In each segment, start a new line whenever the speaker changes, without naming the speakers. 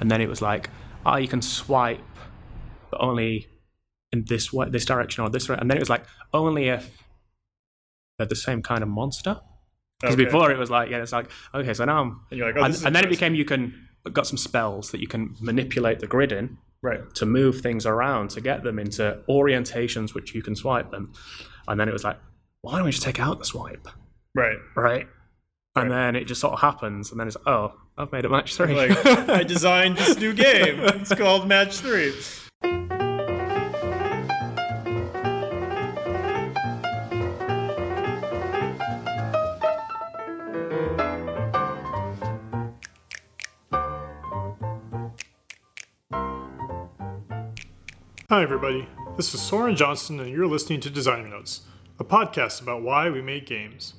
and then it was like, ah, you can swipe, but only in this way, this direction or this way, and then it was like only if they're the same kind of monster. Because
Okay.
before it was like, yeah, it's like okay, so now I'm,
And you're like, oh,
and,
this is
and then it
interesting.
became you can got some spells that you can manipulate the grid in
right.
to move things around to get them into orientations which you can swipe them. And then it was like, why don't we just take out the swipe,
Right.
right? And then it just sort of happens, and then it's oh, I've made it match three.
Like I designed this new game. It's called Match Three.
Hi, everybody. This is Soren Johnson, and you're listening to Designer Notes, a podcast about why we make games.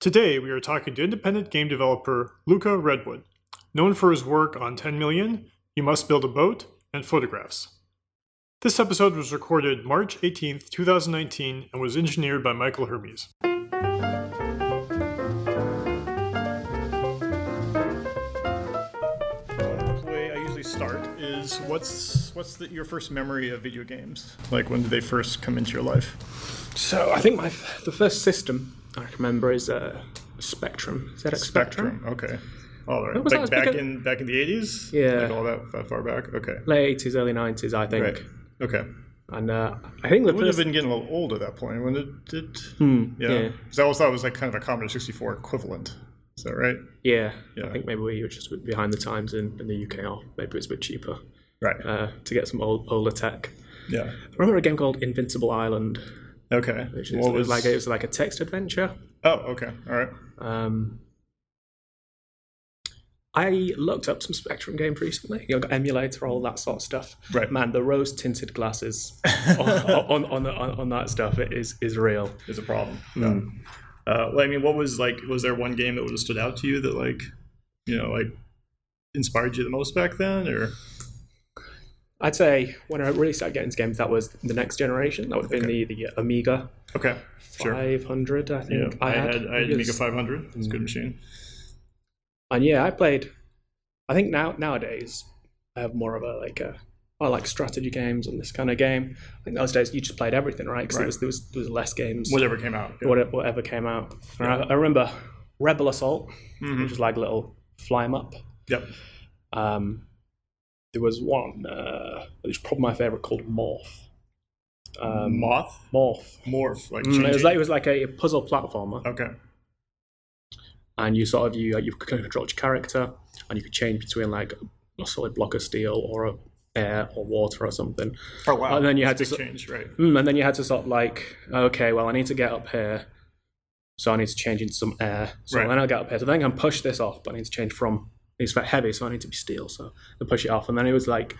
Today, we are talking to independent game developer Luca Redwood, known for his work on 10 Million, You Must Build a Boat, and Photographs. This episode was recorded March 18th, 2019, and was engineered by Michael Hermes.
The way I usually start is what's what's the, your first memory of video games? Like when did they first come into your life?
so I think my the first system I can remember is uh, Spectrum. Is that a Spectrum?
Okay. All right.
was
like
that?
back
Because-
in back in the eighties.
Yeah.
Like all that, that far back. Okay.
Late eighties, early nineties, I think.
Right. Okay.
And uh, I think the
Would have
first
been getting a little old at that point. When it did. yeah.
Hmm, yeah.
Because I always thought it was like kind of a Commodore sixty four equivalent. Is that right?
yeah,
Yeah.
I think maybe we were just behind the times in, in the UK, or maybe it was a bit cheaper
Right.
uh, to get some old older tech.
yeah.
I remember a game called Invincible Island,
Okay.
which is like it was like a text adventure.
Oh, okay. All right.
Um, I looked up some Spectrum games recently. You know, got emulator, all that sort of stuff.
Right.
man, the rose tinted glasses on, on, on, on that stuff it is is real.
It's a problem.
Hmm.
Yeah. Uh, well, I mean, what was like? Was there one game that would have stood out to you that like, you know, like inspired you the most back then, or
I'd say when I really started getting into games, that was the next generation. That would have been the, the Amiga
okay, sure.
500, I
Yeah,
think.
I had I
It
had
was- Hmm.
Amiga 500. It's a good machine.
And yeah, I played. I think now nowadays I have more of a like a I like strategy games and this kind of game. I think those days you just played everything, right? Because
Right.
there was there was there was less games.
Whatever came out. Yeah.
Whatever, whatever came out. And I, I remember Rebel Assault,
Mm-hmm.
which is like a little fly 'em up.
Yep.
Um, there was one, uh, it was probably my favorite, called Morph. Um,
Moth,
Morph.
morph, like
Mm, it was
changing.
like it was like a puzzle platformer,
okay,
and you sort of you you could control your character, and you could change between like a solid block of steel or a air or water or something.
oh wow,
and then you had
Big
to so-
change, right?
Mm, and then you had to sort of like, okay, well, I need to get up here, so I need to change into some air. So
Right.
then I'll get up here. So then I can push this off, but I need to change from it's very heavy, so I need to be steel, so I push it off. And then it was like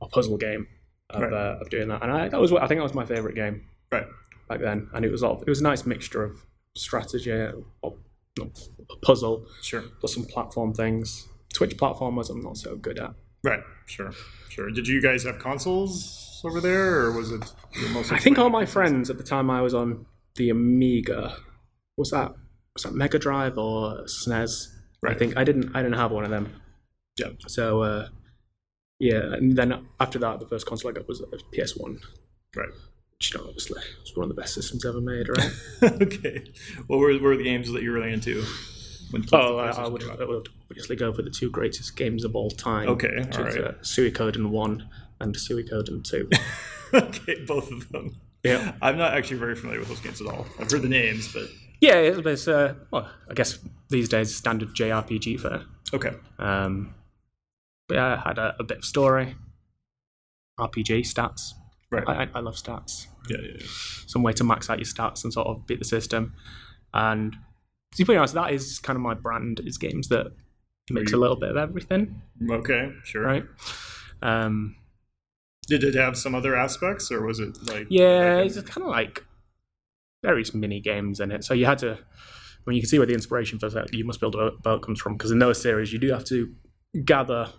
a puzzle game of,
Right.
uh, of doing that, and I, that was what I think that was my favorite game
Right.
back then, and it was sort of, it was a nice mixture of strategy or no, puzzle
Sure.
plus some platform things. Twitch platformers I'm not so good at.
Right. Sure. Sure. Did you guys have consoles over there, or was it? you were mostly
I think
playing-
all my friends at the time I was on the Amiga was that was that Mega Drive or SNES.
Right.
I think I didn't I didn't have one of them.
Yeah.
So uh, yeah, and then after that, the first console I got was a PS One,
Right.
which you know, obviously was one of the best systems ever made, right?
okay. What were, were the games that you were really into? When
oh, I, I, would, I would obviously go for the two greatest games of all time.
Okay,
which
all
is,
right.
uh, Suikoden One and Suikoden Two.
okay, both of them.
uh, yeah.
I'm not actually very familiar with those games at all. I've heard the names, but
Yeah, it was, uh, well, I guess these days standard JRPG fare.
okay,
Um, but yeah, I had a, a bit of story, RPG stats.
right,
I, I, I love stats.
yeah, yeah, yeah.
Some way to max out your stats and sort of beat the system. And to be honest, that is kind of my brand is games that mix a
you-
little bit of everything,
okay, sure.
right? Um,
Did it have some other aspects, or was it like
Yeah,
like
it's kind of like various mini games in it. So you had to. I mean, you can see where the inspiration for that you must build a boat comes from because in those series you do have to gather.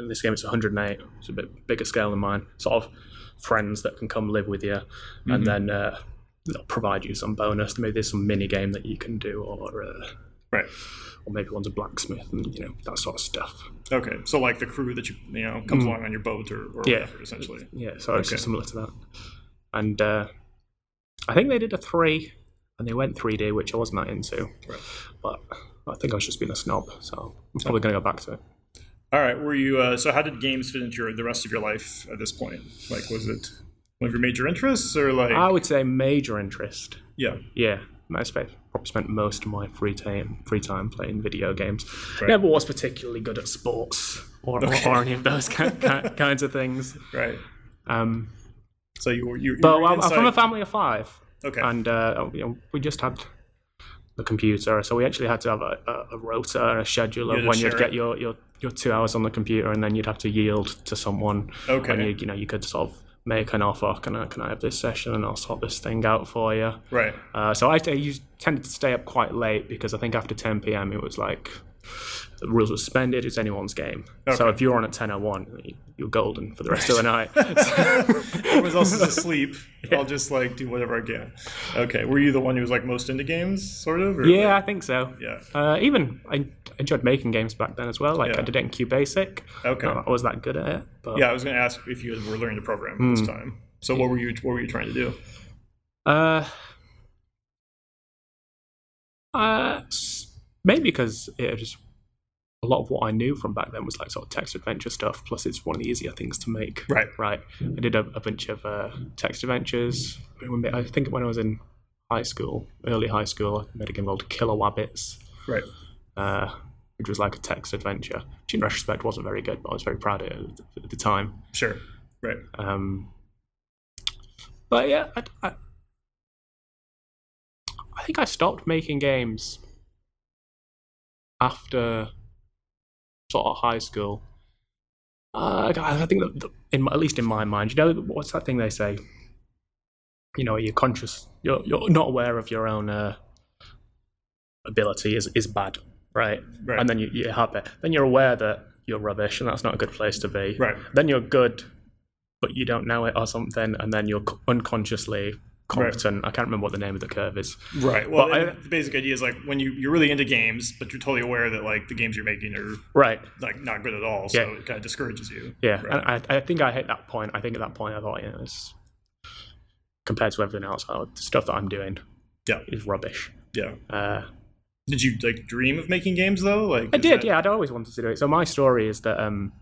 In this game, it's 108. It's a bit bigger scale than mine. Sort of friends that can come live with you, and then uh, they'll provide you some bonus. Maybe there's some mini game that you can do, or uh,
Right.
or maybe one's a blacksmith, and you know that sort of stuff.
Okay. So like the crew that you you know comes along on your boat or, or
Mm-hmm. Yeah.
whatever, essentially.
Yeah, so it's
Okay.
similar to that. And uh, I think they did a three, and they went 3D, which I wasn't that into.
Right.
But I think I was just being a snob, so I'm probably going to go back to it.
All right. Were you uh, so? How did games fit into your, the rest of your life at this point? Like, was it one of your major interests or like?
I would say major interest.
yeah.
Yeah, I spent probably spent most of my free time free time playing video games. Never was particularly good at sports or,
Okay.
or, any of those ki- ki- kinds of things.
Right.
Um,
So you were you. you
but
were
I'm, I'm from a
inside-
family of five,
Okay.
and uh, you know, we just had the computer, so we actually had to have a, a, a rotor and a schedule
You had
of
to
when you'd
share
get
it.
your, your your two hours on the computer, and then you'd have to yield to someone.
Okay.
And you you know you could sort of make an offer. Can I can I have this session, and I'll sort this thing out for you.
right.
Uh, so I, I used, tended to stay up quite late because I think after 10 p.m. it was like the rules were suspended. It's anyone's game. So if you're on at 10:01, you- you're golden for the rest of the night.
Everyone else is asleep. I'll just like do whatever I can. Okay. Were you the one who was like most into games, sort of? Or,
yeah, I think so.
Yeah.
Uh, even I enjoyed making games back then as well. Like
Yeah.
I did it in QBasic.
Okay.
Not that I was that good at it, but
Yeah. I was going to ask if you were learning to program at
Hmm.
this time. So what were you what were you trying to do?
Uh, uh, s- maybe because it was just a lot of what I knew from back then was like sort of text adventure stuff. Plus, it's one of the easier things to make.
Right.
Right. I did a, a bunch of uh, text adventures. I mean, I think when I was in high school, early high school, I made a game called Killer Wabbits,
Right.
uh, which was like a text adventure, which in retrospect wasn't very good, but I was very proud of it at the time.
Sure. Right.
Um, but yeah, I, I, I think I stopped making games after sort of high school. Uh, I I think that the, in my, at least in my mind, you know, what's that thing they say? You know, you're conscious, you're you're not aware of your own uh, ability is is bad, right?
Right.
And then you, you have it. Then you're aware that you're rubbish, and that's not a good place to be
Right.
then you're good, but you don't know it or something, and then you're c- unconsciously competent. I can't remember what the name of the curve is.
Right. Well,
But I-
the basic idea is like when you you're really into games, but you're totally aware that like the games you're making are
Right.
like not good at all. So
Yeah.
it kind of discourages you.
Yeah.
Right.
And I, I think I hit that point. I think at that point I thought, you know, it's, compared to everything else, oh, the stuff that I'm doing
Yeah.
is rubbish.
Yeah.
Uh,
Did you like dream of making games though? Like
I
is
did,
that-
yeah. I'd always wanted to do it. So my story is that um,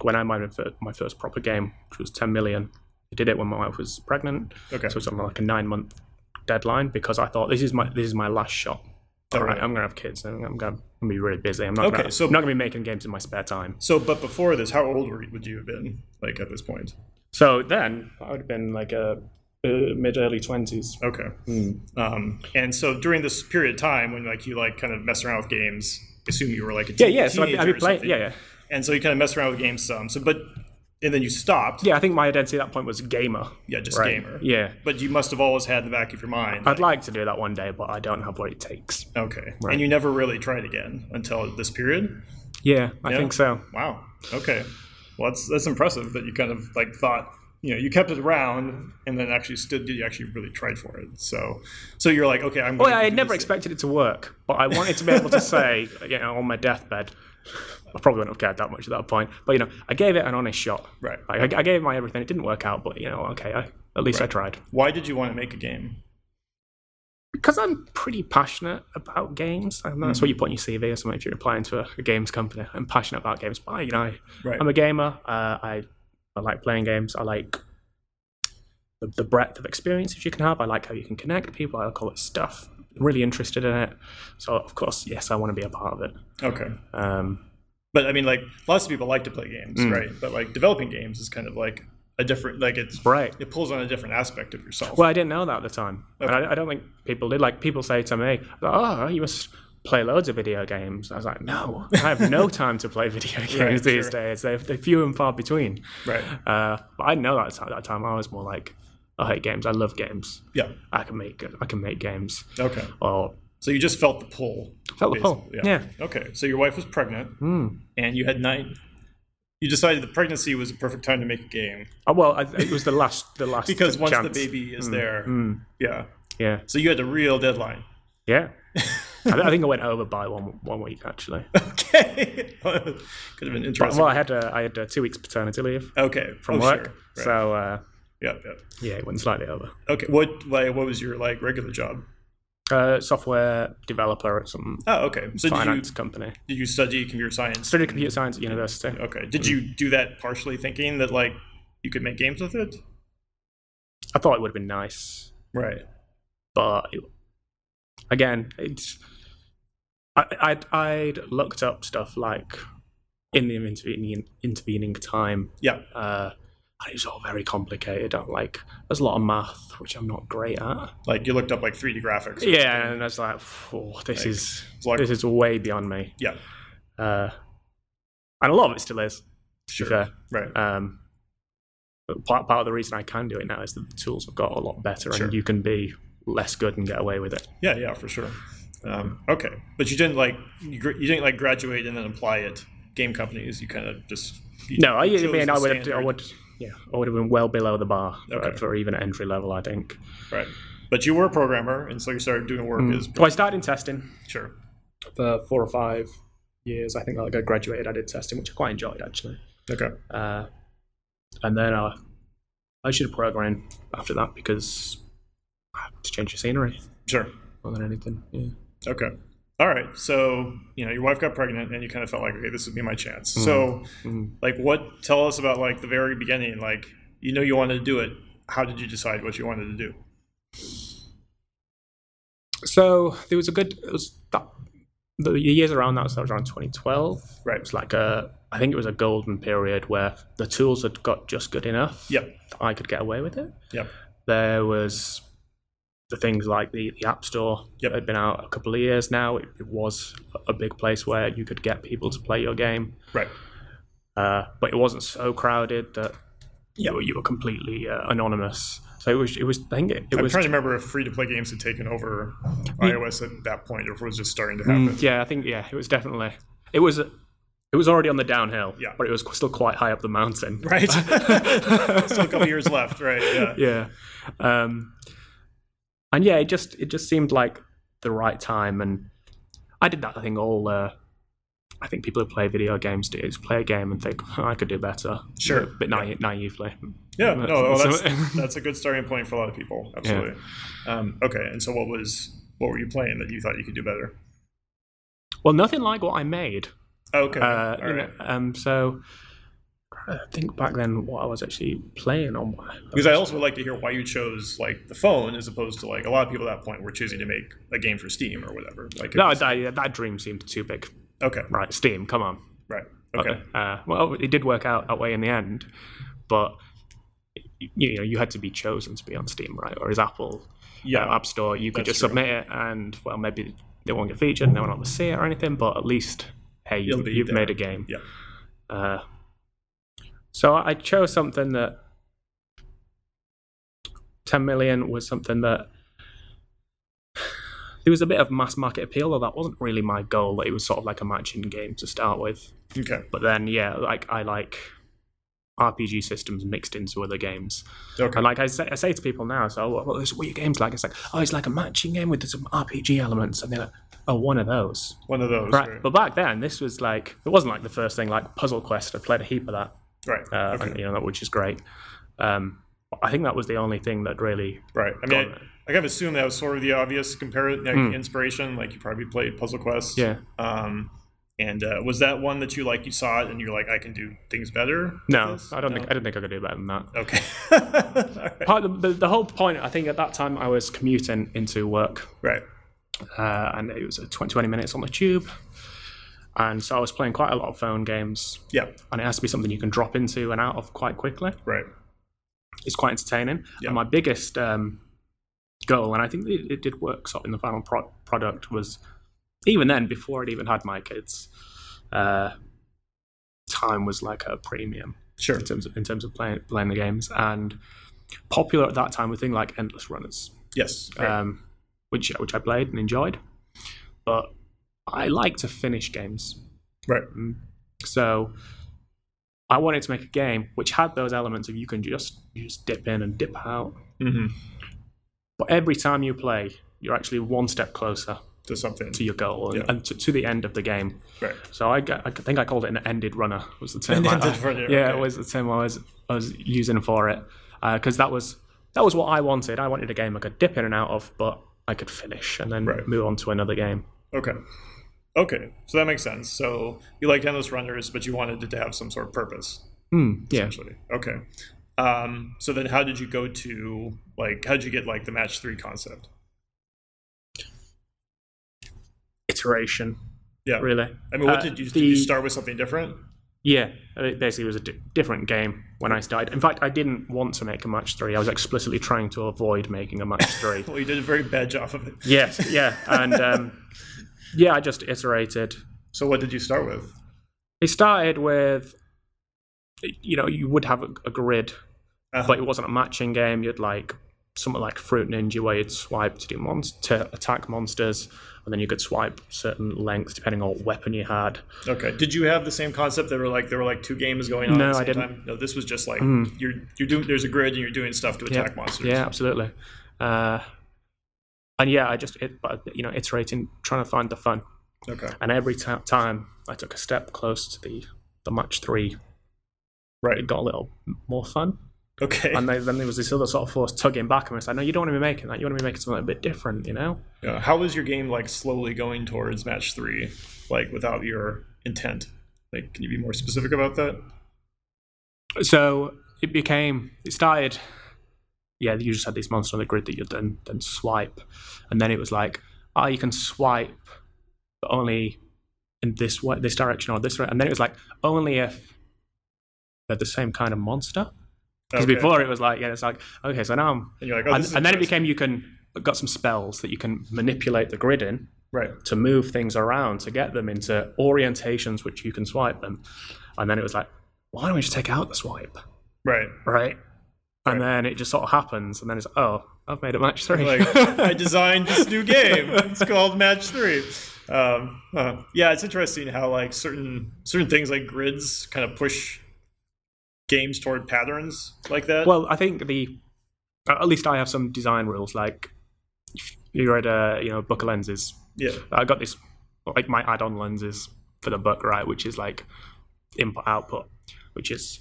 when I made my fir- my first proper game, which was 10 million, I did it when my wife was pregnant.
Okay.
So it's on like a nine month deadline because I thought this is my this is my last shot.
Oh,
All right,
right.
I'm gonna have kids and I'm gonna, I'm gonna be really busy. I'm not
Okay,
gonna,
so-
I'm not gonna be making games in my spare time.
So, but before this, how old were, would you have been like at this point?
So then I would have been like a uh, mid early twenties.
Okay.
Hmm.
Um, and so during this period of time when like you like kind of mess around with games, I assume you were like a
Yeah,
teen-
yeah. So I'd, be-
teenager
I'd be
or
playing.
something.
Yeah, yeah,
And so you kind of mess around with games some. So, but and then you stopped.
yeah. I think my identity at that point was gamer.
Yeah, just
Right.
gamer.
Yeah.
But you must have always had in the back of your mind.
I'd like to do that one day, but I don't have what it takes.
okay.
Right.
And you never really tried again until this period.
Yeah, I
Yeah.
think so.
Wow. Okay. Well, that's that's impressive that you kind of like thought you know you kept it around and then actually stood you actually really tried for it. So so you're like okay I'm.
Well,
gonna
Oh, I
do
had never
this.
expected it to work, but I wanted to be able to say, you know, on my deathbed, I probably wouldn't have cared that much at that point. But you know, I gave it an honest shot.
Right.
Like, I, I gave my everything. It didn't work out, but you know, okay, I, at least I tried.
Why did you want to make a game?
Because I'm pretty passionate about games, and that's what you put on your CV or something if you're applying to a, a games company. I'm passionate about games, but you know, I-
Right.
I'm a gamer. Uh, I I like playing games. I like the, the breadth of experiences you can have. I like how you can connect with people. I like all that stuff. Really interested in it. So of course, yes, I want to be a part of it.
Okay.
Um,
But I mean, like lots of people like to play games, right? But like developing games is kind of like a different like it's
right.
it pulls on a different aspect of yourself.
Well, I didn't know that at the time, and I, I don't think people did. Like people say to me, "Oh, you must play loads of video games." I was like, "No, I have no time to play video games these
sure.
days. They're, they're few and far between."
right.
Uh, but I didn't know that at that time. I was more like, "I hate games. I love games.
Yeah.
I can make I can make games."
Okay.
Or
So you just felt the pull.
felt the pull.
basically.
Yeah.
Okay. So your wife was pregnant,
Mm.
and you had nine. You decided the pregnancy was the perfect time to make a game
Oh, well, I, it was the last the last
because once
chance.
the baby is there,
Mm.
yeah.
Yeah.
So you had a real deadline.
Yeah. I, th- I think I went over by one one week actually.
Okay. Could have been
But,
interesting.
well, I had uh, I had uh, two weeks paternity leave
okay.
from
Oh,
work,
sure. Right.
so uh,
Yep, yep.
yeah, it went slightly over.
Okay. What like what was your like regular job?
Uh, software developer at some
Oh, okay. So did you
finance company.
did you study computer science?
Studied computer science at university.
Mm, Okay. Did you do that partially thinking that like you could make games with it?
I thought it would have been nice,
Right.
but it, again, it's I, I'd, I'd looked up stuff like in the intervening intervening time.
Yeah.
Uh, and it was all very complicated. I'm like, there's a lot of math which I'm not great at.
Like you looked up like 3D graphics. or
Yeah,
something.
and I was like, "Phew, this is
It's like-
this is way beyond me.
Yeah.
Uh, and a lot of it still is. To
Sure.
be fair.
Right.
Um, but part, part of the reason I can do it now is that the tools have got a lot better
Sure.
and you can be less good and get away with it.
Yeah. Yeah. For sure. Um, okay. But you didn't like you, gr- you didn't like graduate and then apply at game companies. You kind of just you
No, I, I
chose the
mean, I would, have, I
standard.
would, yeah, I would have been well below the bar for,
Okay.
for even entry level. I think.
Right. But you were a programmer, and so you started doing work as
Well, I started in testing
sure.
for four or five years. I think like I graduated, I did testing, which I quite enjoyed actually.
Okay.
Uh, and then I, I should have programmed after that because I had to change the scenery
Sure.
more than anything. Yeah.
Okay. All right. So you know your wife got pregnant, and you kind of felt like, okay, this would be my chance. So,
Mhm.
like, what? Tell us about like the very beginning. Like, you know, you wanted to do it. How did you decide what you wanted to do?
So there was a good. It was that, the years around that, so that was around 2012.
Right.
It was like a. I think it was a golden period where the tools had got just good enough.
Yep.
that I could get away with it.
Yep.
There was the things like the, the App Store
Yep.
had been out a couple of years now. It, it was a big place where you could get people to play your game.
Right.
uh, but it wasn't so crowded that you were, you were completely uh, anonymous. So it was it was I think it, it
I'm
was Mm.
trying to remember if free to play games had taken over iOS at that point, or if it was just starting to happen.
yeah I think yeah it was definitely it was it was already on the downhill
Yeah.
but it was still quite high up the mountain
Right. Still a couple years left. Right. Yeah.
yeah um, and yeah it just it just seemed like the right time and I did that I think all uh, I think people who play video games do is play a game and think "Oh, I could do better
Sure.
a bit naive, naively
Yeah, no, oh,
So-
that's that's a good starting point for a lot of people. Absolutely. Um, okay, and so what was what were you playing that you thought you could do better?
well nothing like what I made
Okay,
Uh,
all
you know,
right.
um, so I think back then what I was actually playing on.
Because I also would like to hear why you chose like the phone as opposed to like a lot of people at that point were choosing to make a game for Steam or whatever. Like, it
No,
was-
that, that dream seemed too big.
okay,
Right, Steam, come on.
right, okay,
Uh, well, it did work out that way in the end, but you know, you had to be chosen to be on Steam, right? Whereas Apple uh,
yeah,
App Store, you could just
That's true.
submit it, and well, maybe they won't get featured, and no one will see it or anything. But at least, hey, you,
It'll be
you've
there.
made a game.
Yeah.
Uh, so I chose something that ten million was something that there was a bit of mass market appeal, though that wasn't really my goal. That it was sort of like a matching game to start with.
okay,
But then, yeah, like I like RPG systems mixed into other games.
okay,
And like I say, I say to people now, so what, what, what are your games like? It's like, oh, it's like a matching game with some RPG elements, and they're like, oh, one of those.
one of those,
Right.
right,
But back then, this was like, it wasn't like the first thing. Like Puzzle Quest, I played a heap of that,
right,
uh,
okay.
and, you know, that which is great. Um, I think that was the only thing that really.
right. I mean, I,
Got it.
I kind of assumed that was sort of the obvious compare like,
Hmm.
inspiration. Like you probably played Puzzle Quest,
Yeah.
Um, and uh, was that one that you like? You saw it and you're like, I can do things better. with
No,
this?
I don't
No?
think I don't think I could do better than that.
Okay. All
Part of the, the, the whole point, I think, at that time, I was commuting into work
right.
uh, and it was uh, 20, 20 minutes on the tube. And so I was playing quite a lot of phone games,
Yeah.
and it has to be something you can drop into and out of quite quickly.
Right.
It's quite entertaining.
Yeah.
And my biggest um, goal, and I think it, it did work sort of in the final pro- product, was even then, before I'd even had my kids, uh, time was like a premium
Sure.
in terms of, in terms of playing, playing the games. And popular at that time were things like Endless Runners
Yes. Right.
um, which which I played and enjoyed. But I like to finish games,
right.
so I wanted to make a game which had those elements of you can just you just dip in and dip out.
hmm
But every time you play, you're actually one step closer
to something.
to your goal and,
Yeah.
and to, to the end of the game.
Right.
So I, ga- I think I called it an ended runner was the term.
An
I-
ended
I-
runner,
Yeah,
okay.
it was the term I was I was using for it because that was that was what I wanted. I wanted a game I could dip in and out of, but I could finish and then
Right.
move on to another game.
Okay. Okay. So that makes sense. So you liked endless runners, but you wanted it to have some sort of purpose.
Hmm, yeah.
Actually. Okay. Um, so then, how did you go to like? How did you get like the match three concept?
Iteration,
Yeah.
really.
I mean, what
Uh,
did you?
the-
Did you start with something different?
Yeah, it basically was a di- different game when I started. In fact, I didn't want to make a match three. I was explicitly trying to avoid making a match three.
Well, you did a very bad job of it.
yes, yeah, and um, yeah, I just iterated.
So what did you start with?
It started with, you know, you would have a, a grid,
Uh-huh.
but it wasn't a matching game. You'd like something like Fruit Ninja, where you'd swipe to do mon- to attack monsters, and then you could swipe certain lengths depending on what weapon you had.
Okay. Did you have the same concept? There were like there were like two games going on.
No,
at the same
I didn't. Mm-hmm.
Time? No, this was just like you're you're doing. There's a grid, and you're doing stuff to attack monsters.
Yeah, absolutely. Uh, and yeah, I just it, but, you know iterating, trying to find the fun.
Okay.
And every ti time I took a step close to the the match three,
Right.
it got a little more fun.
Okay.
And then, then there was this other sort of force tugging back, and I said, "No, you don't want to be making that. You want to be making something a bit different." You know?
Yeah. How was your game like slowly going towards match three, like without your intent? Like, can you be more specific about that?
So it became it started. Yeah, you just had these monsters on the grid that you'd then then swipe, and then it was like, oh, you can swipe, but only in this way, this direction or this direction. And then it was like only if they're the same kind of monster. Because
Okay.
before it was like, yeah, it's like okay, so now I'm,
and you're like, oh,
and,
this is
and then it
interesting.
became you can got some spells that you can manipulate the grid in
right.
to move things around to get them into orientations which you can swipe them. And then it was like, why don't we just take out the swipe?
Right.
right? And then it just sort of happens, and then it's oh, I've made a match three.
Like, I designed this new game. It's called Match Three. Um, uh, yeah, it's interesting how like certain certain things like grids kind of push games toward patterns like that.
well, I think the at least I have some design rules. Like if you read, uh, you know, Buck lenses.
yeah.
I got this like my add-on lenses for the book, right? Which is like input output, which is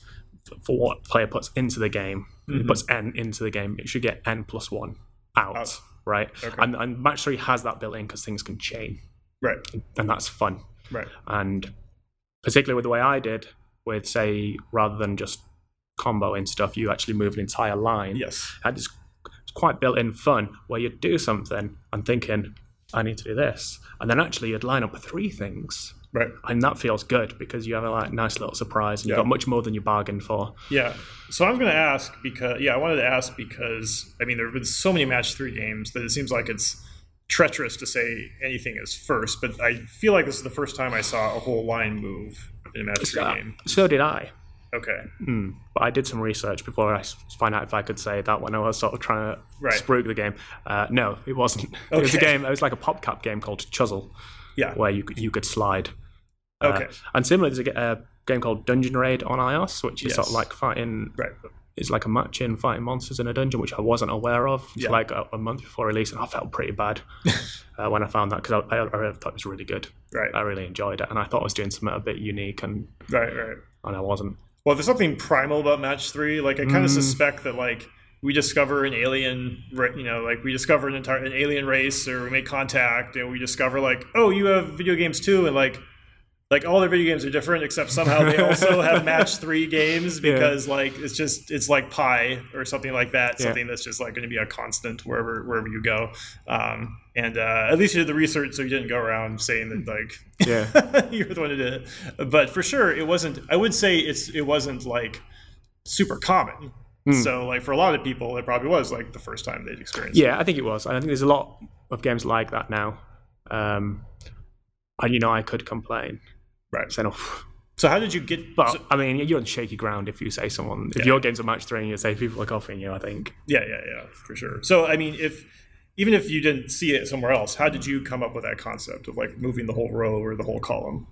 f- for what player puts into the game.
Mm-hmm.
It puts n into the game. It should get n plus one out,
Out.
right?
Okay.
And, and match three has that built in because things can change,
Right.
and that's fun.
Right.
and particularly with the way I did, with say rather than just comboing stuff, you actually move an entire line.
Yes.
had this it's quite built-in fun where you'd do something and thinking, I need to do this, and then actually you'd line up three things,
Right.
and that feels good because you have a like nice little surprise and you
Yeah.
got much more than you bargained for.
Yeah. So I'm going to ask because yeah, I wanted to ask because I mean there have been so many match three games that it seems like it's treacherous to say anything is first, but I feel like this is the first time I saw a whole line move in a match three
Uh,
game.
so did I.
Okay.
Mm. But I did some research before I s- find out if I could say that when I was sort of trying to
Right.
spruik the game. Uh, no, it wasn't. It was a
Okay.
game. It was like a pop cap game called Chuzzle.
Yeah.
where you could- you could slide. Uh,
Okay.
and similar, there's a, g- a game called Dungeon Raid on iOS, which is sort of
Yes.
like fighting.
Right.
It's like a match in fighting monsters in a dungeon, which I wasn't aware of. It's
Yeah.
like a, a month before release, and I felt pretty bad uh, when I found that because I, I, I thought it was really good.
Right.
I really enjoyed it, and I thought I was doing something a bit unique, and
Right. Right.
and I wasn't.
Well, there's something primal about match three. Like I kind of suspect that like we discover an alien, ra- you know, like we discover an entire an alien race, or we make contact, and we discover like, oh, you have video games too, and like, like all their video games are different, except somehow they also have match three games because like it's just it's like pie or something like that,
Yeah.
something that's just like going to be a constant wherever wherever you go. Um, and uh, at least you did the research, so you didn't go around saying that like
Yeah.
you're the one who did it. But for sure, it wasn't. I would say it's it wasn't like super common.
Hmm.
So like for a lot of people, it probably was like the first time they'd experienced.
Yeah, I think it was. And I think there's a lot of games like that now. Um, and you know, I could complain.
Right.
Saying, "Oh,
So how did you get?
But
so-
I mean, you're on shaky ground if you say someone if
Yeah.
your game's a match three and you say people are coughing you. I think
yeah, yeah, yeah, for sure. So I mean, if even if you didn't see it somewhere else, how did you come up with that concept of like moving the whole row or the whole column?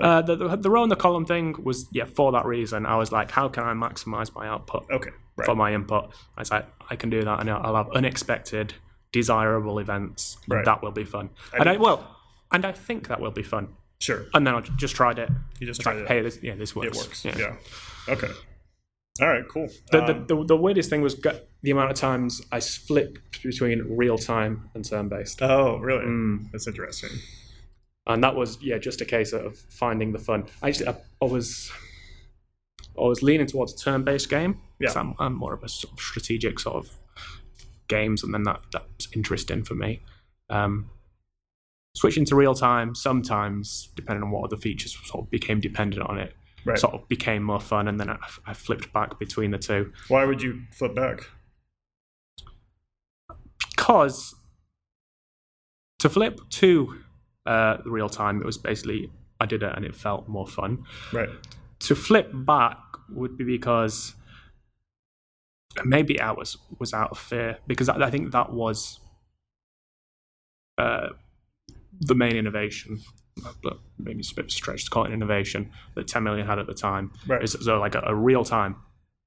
uh, the, the the row and the column thing was yeah for that reason. I was like, how can I maximize my output
Okay, Oh, right,
for my input? I was like, I can do that, and I'll have unexpected desirable events. and
Right.
That will be fun.
I
and I,
mean-
well, and I think that will be fun.
Sure.
And then I ju- just tried it.
You just
It's
tried
like,
it.
Hey, this, yeah, this
it
works.
works. Yeah. Okay. All right. Cool.
The,
Um,
the, the, the weirdest thing was got- the amount of times I flipped between real time and turn based.
oh, really?
Hmm.
That's interesting.
and that was yeah just a case of finding the fun i just i, I was i was leaning towards a turn-based game 'cause
Yeah.
I'm, I'm more of a sort of strategic sort of games and then that that's interesting for me um switching to real time sometimes depending on what other features sort of became dependent on it
Right.
sort of became more fun and then I, I flipped back between the two
Why would you flip back?
because to flip to uh the real time it was basically i did it and it felt more fun
Right.
to flip back would be because maybe I was was out of fear because I, I think that was uh, the main innovation. But maybe it's a bit stretched to call it an innovation that 10 million had at the time.
Right.
Is so like a, a real time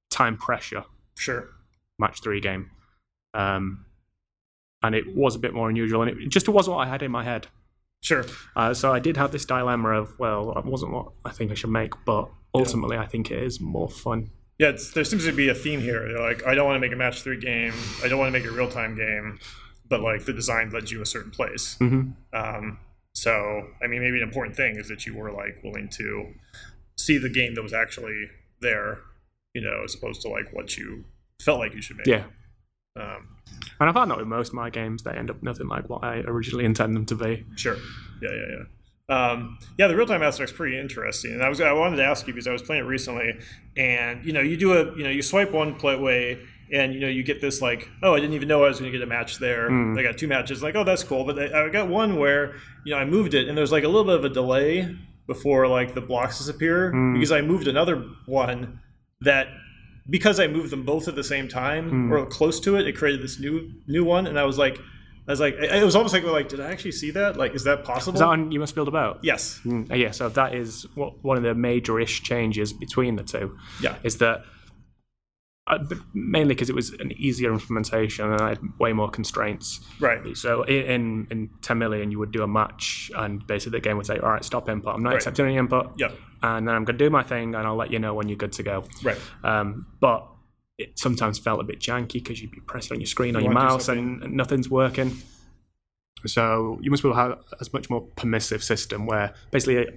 time pressure
Sure.
match three game, um, and it was a bit more unusual and it just wasn't what I had in my head.
Sure.
Uh, so I did have this dilemma of, well, it wasn't what I think I should make, but ultimately I think it is more fun.
Yeah. It's, there seems to be a theme here. You're like, I don't want to make a match three game. I don't want to make a real time game, but like the design led you a certain place.
Mm-hmm.
Um, so, I mean, maybe an important thing is that you were like willing to see the game that was actually there, you know, as opposed to like what you felt like you should make.
Yeah.
Um,
And I found that with most of my games, they end up nothing like what I originally intend them to be.
Sure. Yeah, yeah, yeah. Um, yeah, the real time aspect's pretty interesting, and I was I wanted to ask you because I was playing it recently, and you know you do a you know you swipe one play way, and you know you get this like oh I didn't even know I was going to get a match there.
Hmm.
I got two matches like oh that's cool, but I, I got one where you know I moved it and there's like a little bit of a delay before like the blocks disappear
Hmm.
because I moved another one that because I moved them both at the same
Hmm.
time or close to it, it created this new new one, and I was like. I was like, it was almost like, well, like, did I actually see that? Like, is that possible?
Is that on You Must Build a Boat?
Yes.
Mm, yeah, so that is what, one of the major-ish changes between the two,
Yeah.
is that uh, b- mainly because it was an easier implementation and I had way more constraints.
Right.
So i- in, in 10 million, you would do a match and basically the game would say, all right, stop input. I'm not
Right.
accepting any input.
Yeah.
and then I'm going to do my thing, and I'll let you know when you're good to go.
Right.
Um, but it sometimes felt a bit janky because you'd be pressing on your screen or
You
your
wanna do
mouse, and, and nothing's working. So you must be able to have a much more permissive system where basically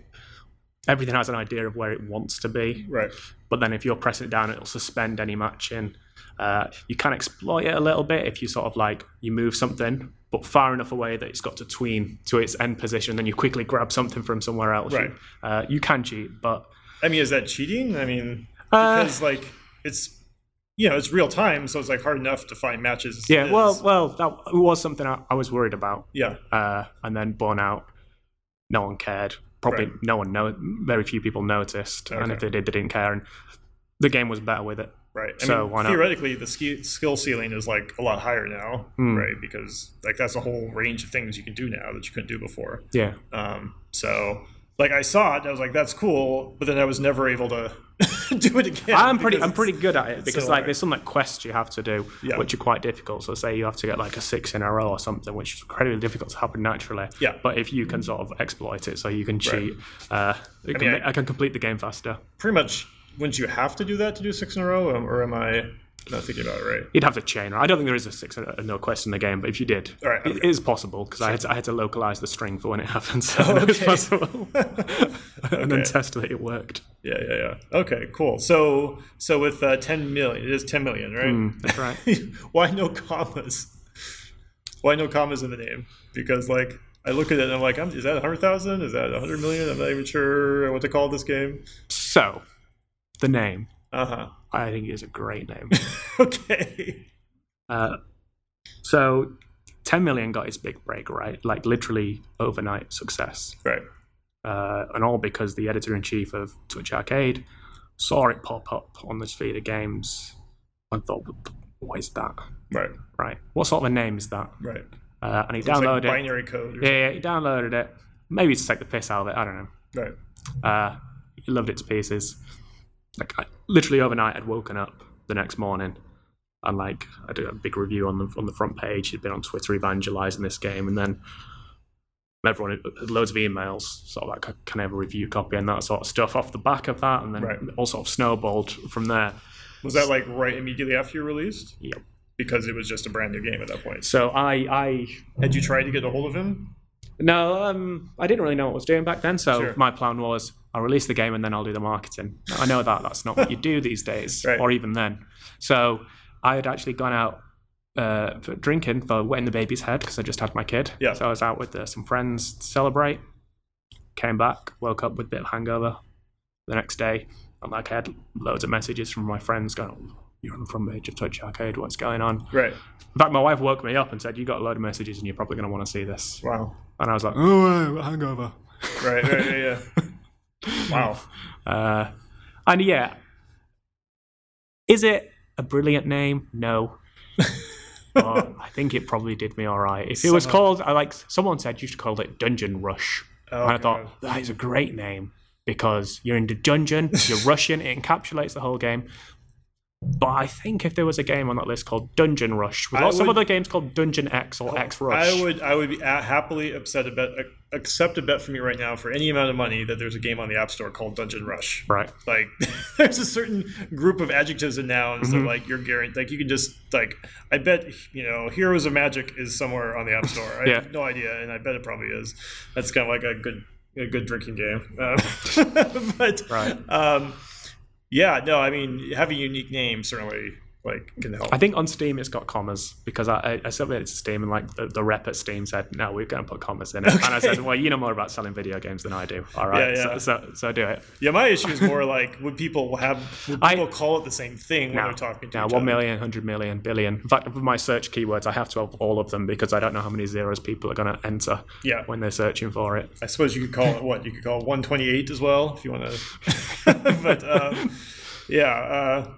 everything has an idea of where it wants to be,
Right.
but then if you're pressing it down, it'll suspend any matching. Uh, you can exploit it a little bit if you sort of like you move something, but far enough away that it's got to tween to its end position. Then you quickly grab something from somewhere else.
Right.
Uh, you can cheat, but
I mean, is that cheating? I mean,
Uh,
because like it's you know it's real time, so it's like hard enough to find matches. as it
yeah,
is.
well, well, that was something I, I was worried about.
yeah,
Uh, and then born out, no one cared. Probably
Right.
no one know. Very few people noticed, and
Okay.
if they did, they didn't care. And the game was better with it.
right. I
So,
mean,
why not?
theoretically, the ski- skill ceiling is like a lot higher now,
Hmm.
right? Because like that's a whole range of things you can do now that you couldn't do before.
Yeah,
Um, so like I saw it, I was like, that's cool, but then I was never able to do it again.
I'm pretty.
because
I'm pretty good at it because
so
like
hard.
there's some like quests you have to do,
Yeah.
which are quite difficult. So say you have to get like a six in a row or something, which is incredibly difficult to happen naturally.
Yeah.
But if you can sort of exploit it, so you can cheat, uh, it can
mean,
ma- I,
I-
can complete the game faster.
pretty much. Wouldn't you have to do that to do six in a row, or, or am I not thinking about it right?
You'd have to chain. I don't think there is a six in a no quest in the game, but if you did,
All right,
it
okay.
is possible because I, had to- I had to localize the string for when it happened, so it was
Oh, okay.
possible, and then
Okay.
test that it worked.
Yeah, yeah, yeah. Okay, cool. So, so with uh, ten million, it is ten million, right?
That's right.
Why no commas? Why no commas in the name? Because like I look at it and I'm like, I'm, is that hundred thousand? Is that hundred million? I'm not even sure what to call this game.
so, the name
Uh huh.
I think is a great name.
Okay.
Uh, so, 10 million got its big break, right? Like literally overnight success.
Right.
Uh, and all because the editor in chief of Twitch Arcade saw it pop up on this feed of games and thought, what is that?
Right.
Right. What sort of a name is that?
Right.
Uh, and he
It's like
downloaded it.
binary code. Or
Yeah, yeah, he downloaded it. Maybe to take the piss out of it. I don't know.
Right.
Uh, he loved it to pieces. Like I, literally overnight, I'd woken up the next morning and like I did a big review on the on the front page. He'd been on Twitter evangelizing this game, and then everyone had loads of emails, sort of like can I have a review copy and that sort of stuff off the back of that, and then
Right.
all sort of snowballed from there.
Was that like right immediately after you released?
Yep.
Because it was just a brand new game at that point.
So I I
Had you tried to get a hold of him?
no um I didn't really know what I was doing back then. So
Sure.
my plan was I'll release the game and then I'll do the marketing. I know that that's not what you do these days,
Right.
or even then. So I had actually gone out. Uh, for drinking for wetting the baby's head because I just had my kid.
Yeah.
So I was out with uh, some friends to celebrate. Came back, woke up with a bit of hangover the next day, and like I had loads of messages from my friends going, "Oh, "You're on the front page of Touch Arcade. What's going on?"
Right.
In fact, my wife woke me up and said, "You got a load of messages, and you're probably going to want to see this."
Wow.
And I was like, "Oh, uh, hangover."
Right. Right. Yeah. yeah. wow.
Uh, and yeah, is it a brilliant name? No. but I think it probably did me all right. If it was called, I like someone said you should call it Dungeon Rush,
Oh,
and I
God.
thought that is a great name because you're in the dungeon, you're rushing, it encapsulates the whole game. But I think if there was a game on that list called Dungeon Rush, with
I
lots of
would-
other games called Dungeon X or X Rush,
I would I would be a- happily upset a bet, accept a bet from you right now for any amount of money that there's a game on the App Store called Dungeon Rush.
right?
Like there's a certain group of adjectives and nouns
Mm-hmm.
that like you're guaranteed like you can just like I bet you know Heroes of Magic is somewhere on the App Store. I
Yeah.
have no idea, and I bet it probably is. That's kind of like a good a good drinking game. Um, but
Right.
um, yeah, no, I mean have a unique name certainly like can help.
I think on Steam it's got commas because I, I, I submitted to Steam and like the, the rep at Steam said, no, we're going to put commas in it. And I said, well, you know more about selling video games than I do. All right,
Yeah, yeah.
So, so so do it.
Yeah, my issue is more like would people have would
I-
people call it the same thing when
Now,
they're talking to
now
each
one
other?
million, hundred million, billion. In fact, for my search keywords, I have to have all of them because I don't know how many zeros people are going to enter
Yeah,
when they're searching for it.
I suppose you could call it what you could call it 128 as well if you want to. but um, yeah, uh,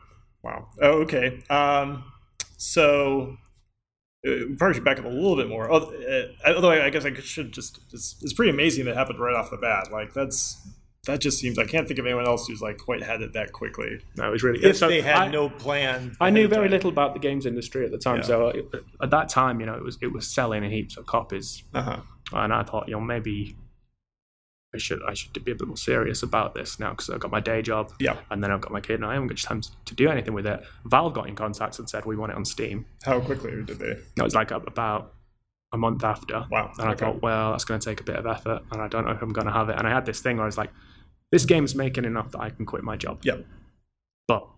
wow. Oh, okay. Um, so uh, we probably should back up a little bit more. Oh, uh, Although I I guess I could- should just it's, it's pretty amazing that happened right off the bat. Like that's that just seems I can't think of anyone else who's like quite had it that quickly.
No, it was really
If
so
they had
I-
no plan,
I knew
ahead of
very
time.
little about the games industry at the time,
Yeah.
so it, at that time, you know, it was it was selling heaps of copies
Uh-huh.
and I thought, you know, maybe I should I should be a bit more serious about this now because I've got my day job,
Yeah.
and then I've got my kid, and I haven't got time to do anything with it. Valve got in contact and said we want it on Steam.
How quickly did they?
It was like up about a month after,
Wow. Oh
and I
okay.
thought, well, that's going to take a bit of effort, and I don't know if I'm going to have it. And I had this thing where I was like, this game's making enough that I can quit my job.
Yeah.
but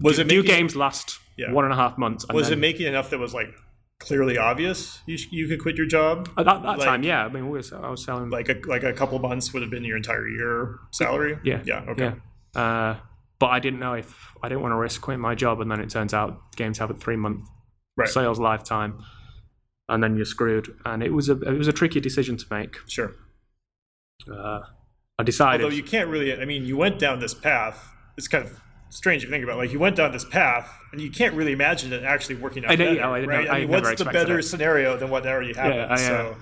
was it
new
making-
games last
Yeah.
one and a half months. And
was
then-
it making enough that was like clearly obvious you, sh- you could quit your job
at that, that
like-
time? Yeah, I mean, we were, I was selling
like a, like a couple months would have been your entire year salary
Yeah.
yeah okay
Yeah. Uh, but I didn't know if I didn't want to risk quitting my job, and then it turns out games have a three month
Right.
sales lifetime, and then you're screwed. And it was a it was a tricky decision to make.
sure
Uh, I decided.
although you can't really i mean you went down this path it's kind of strange to think about like you went down this path and you can't really imagine it actually working out
I didn't-
better,
oh, I didn't
right?
know-
I
I
mean,
never
what's the
expected
better
it.
scenario than what already happened
I, uh,
so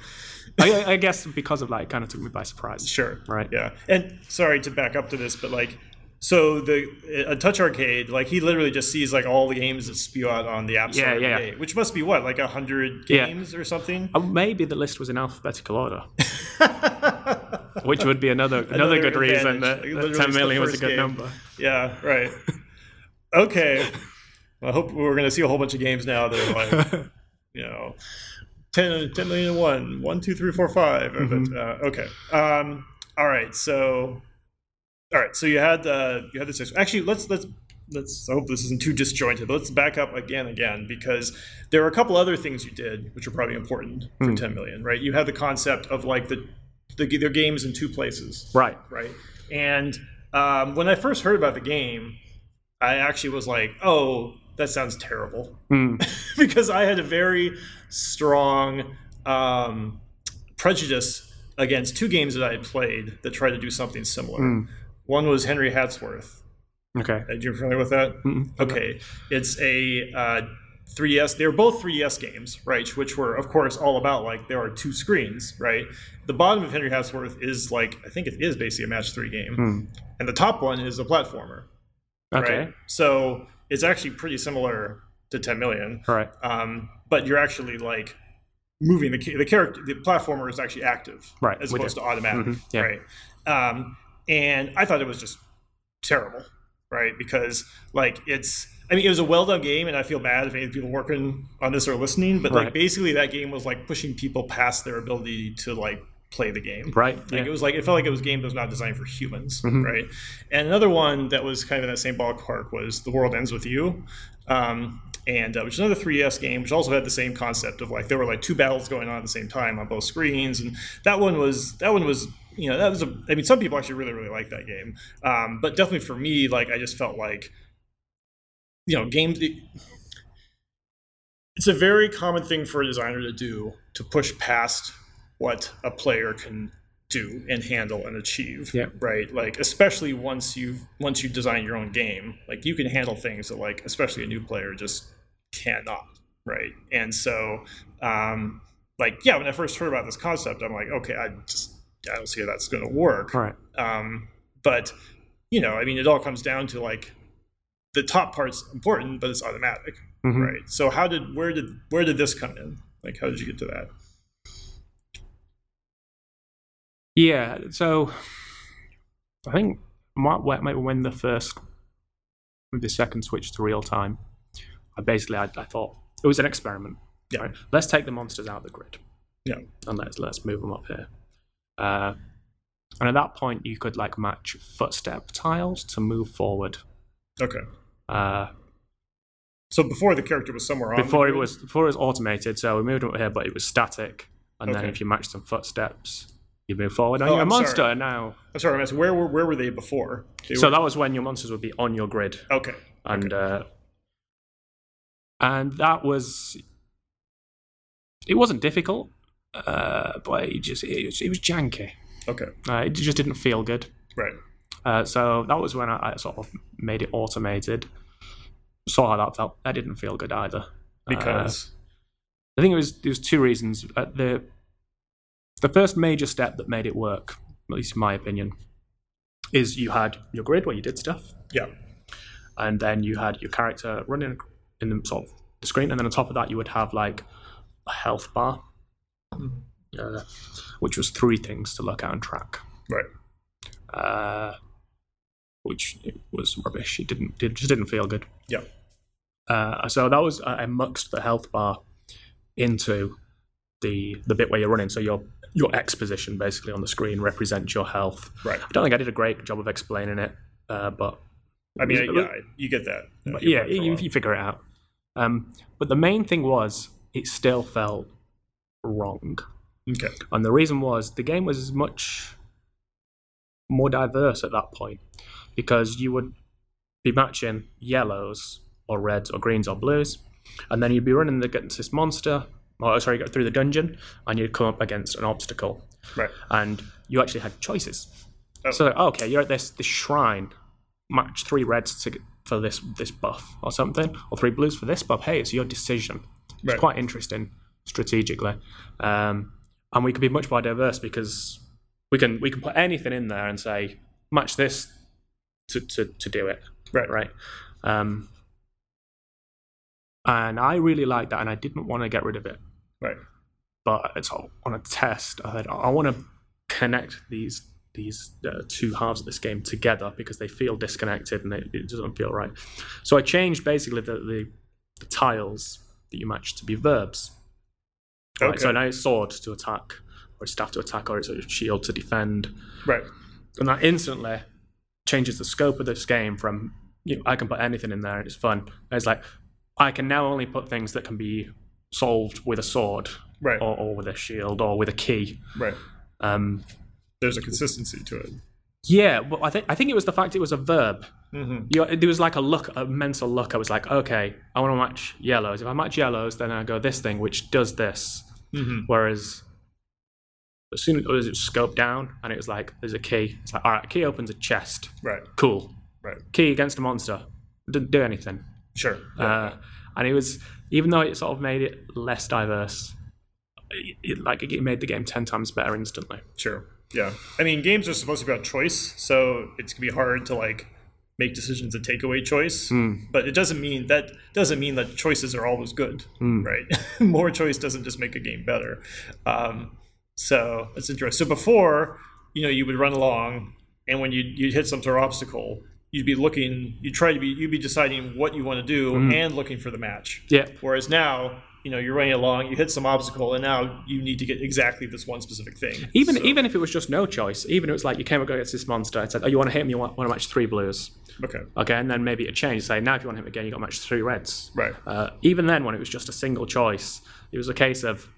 I, I guess because of that, it kind of took me by surprise.
Sure.
Right.
Yeah. And sorry to back up to this, but like, so the a touch arcade, like he literally just sees like all the games that spew out on the app store
Yeah,
every
yeah.
day, which must be what like a hundred
Yeah.
games or something.
Uh, Maybe the list was in alphabetical order, which would be another another,
Another
good reason
advantage.
that,
Like,
that
literally it's
ten
the
million was a
first
good
game.
number.
yeah. Right. Okay. I hope we're gonna see a whole bunch of games now that are like, you know, 10, 10 million and one, one, two, three, four, five.
Mhm.
Uh, okay. Um, all right. So, all right. So you had uh, you had this. Actually, let's let's let's. I hope this isn't too disjointed. But let's back up again, again, because there were a couple other things you did, which are probably important for
Hmm.
ten million, right? You had the concept of like the, the their games in two places
Right.
right? And um, when I first heard about the game, I actually was like, "Oh, that sounds terrible,"
Hmm.
because I had a very strong um, prejudice against two games that I had played that tried to do something similar.
Mm.
One was Henry Hatsworth.
Okay.
Are you familiar with that?
Mm-mm.
Okay, it's a uh, 3DS. They're both 3DS games, right? Which were, of course, all about like there are two screens, right? The bottom of Henry Houseworth is like I think it is basically a match three game,
Hmm.
and the top one is a platformer,
Okay.
right? So. it's actually pretty similar to 10 million.
All right.
Um, but you're actually like moving the ca- the character. The platformer is actually active,
Right,
As
with
opposed to automatic,
Mhm, yeah.
right? Um, and I thought it was just terrible, right? Because like it's. I mean, it was a well done game, and I feel bad if any of the people working on this are listening. But like,
Right.
basically, that game was like pushing people past their ability to like play the game.
Right.
Like
Yeah.
it was like it felt like it was a game that was not designed for humans,
Mhm.
right? And another one that was kind of in that same ballpark was The World Ends with You, um, and uh, which is another 3DS game, which also had the same concept of like there were like two battles going on at the same time on both screens, and that one was that one was you know that was a I mean some people actually really really liked that game, um, but definitely for me like I just felt like you know games. It, it's a very common thing for a designer to do to push past what a player can do and handle and achieve
Yeah.
right like especially once you've once you design your own game like you can handle things that like especially a new player just cannot right and so um like yeah when i first heard about this concept i'm like okay i just i don't see how that's going to work
All right.
um, but you know i mean it all comes down to like the top part's important but it's automatic
Mhm.
right so how did where did where did this come in like how did you get to that
Yeah. So I think might wa- might when the first when the second switch to real time, I basically I, I thought it was an experiment.
Yeah.
right? Let's take the monsters out of the grid.
Yeah.
And let's let's move them up here. Uh, and at that point, you could like match footstep tiles to move forward.
okay
Uh,
so before the character was somewhere on the
before it
grid?
was before it was automated, so we moved up here, but it was static. And then
Okay.
if you matched some footsteps, you move forward. And
Oh,
you're a
I'm sorry.
monster now.
i'm sorry i'm asking where were where were they before they
So
were,
that was when your monsters would be on your grid,
okay
and uh, and that was it wasn't difficult, uh, but it just it, was- it was janky.
okay
Uh, it just didn't feel good.
right
Uh, so that was when I, I sort of made it automated. Saw how that felt. That didn't feel good either. Uh,
because
I think it was there was two reasons. Uh, the the first major step that made it work, at least in my opinion, is you had your grid where you did stuff,
yeah
and then you had your character running in the sort of the screen, and then on top of that you would have like a health bar, uh, which was three things to look at and track,
right
uh, which was rubbish. It didn't it just didn't feel good.
yeah
Uh, so that was I I muxed the health bar into the the bit where you're running. So your your X position basically on the screen represents your health.
right
I don't think I did a great job of explaining it, uh, but
i mean
It was-
yeah you get that
but yeah,
If you
you,
work for a
you figure it out. Um, but the main thing was it still felt wrong,
while. okay
and the reason was the game was much more diverse at that point because you would be matching yellows or reds or greens or blues, and then you'd be running against this monster, or sorry, go through the dungeon, and you'd come up against an obstacle,
right
and you actually had choices.
Oh.
So okay, you're at this this shrine. Match three reds to, for this this buff or something, or three blues for this buff. Hey, it's your decision. It's
Right.
quite interesting strategically, um, and we could be much more diverse because we can we can put anything in there and say match this to to, to do it
right
right? Um, and I really liked that, and I didn't want to get rid of it.
right
But it's all on a test. I said I want to connect these these uh, two halves of this game together because they feel disconnected and it, it doesn't feel right. So I changed basically the, the the tiles that you match to be verbs. Right,
okay
So now it's sword to attack, or it's staff to attack, or it's a shield to defend
right
and that instantly changes the scope of this game from you know, I can put anything in there and it's fun. It's like I can now only put things that can be solved with a sword
right
or, or with a shield or with a key.
right
Um,
there's a consistency to it
yeah, well, I think I think it was the fact it was a verb.
mm-hmm.
You, there was like a look, a mental look. I was like, okay, I want to match yellows. If I match yellows, then I go this thing which does this.
Mm-hmm.
Whereas as soon as it was scoped down and it was like there's a key, it's like all right, a key opens a chest.
right
Cool.
right
key against a monster didn't do anything
sure
uh, and it was even though it sort of made it less diverse it, it- like it made the game 10 times better instantly
Sure. Yeah. I mean, games are supposed to be about choice, so it's gonna be hard to like make decisions and take away choice.
Mm.
But it doesn't mean that doesn't mean that choices are always good,
Mm.
right? More choice doesn't just make a game better. Um, so it's interesting. So before, you know, you would run along, and when you you hit some sort of obstacle, you'd be looking, you try to be, you'd be deciding what you want to do and looking for the match.
Yeah.
Whereas now, you know, you're running along, you hit some obstacle, and now you need to get exactly this one specific thing.
Even even if it was just no choice, even if it was like you came up against this monster and said, "Oh, you want to hit him? You want, want to match three blues?"
Okay.
Okay, and then maybe it changed. Say now, if you want to hit him again, you got to match three reds.
Right.
Uh, even then, when it was just a single choice, it was a case of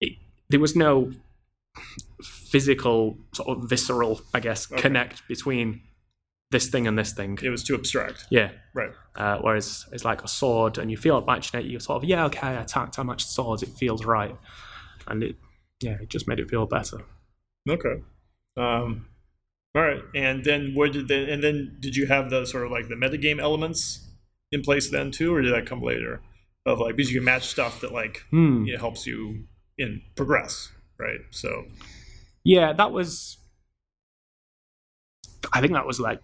it, there was no physical sort of visceral, I guess, connect between this thing and this thing.
It was too abstract.
Yeah.
Right.
Uh, whereas it's like a sword, and you feel like matching it. You're sort of yeah, okay, I attacked. I matched swords. It feels right, and it yeah, it just made it feel better.
Okay. Um, all right. And then what did then and then did you have the sort of like the metagame elements in place then too, or did that come later? Of like because you can match stuff that like
Hmm.
it helps you in progress, right? So
Yeah, that was. I think that was like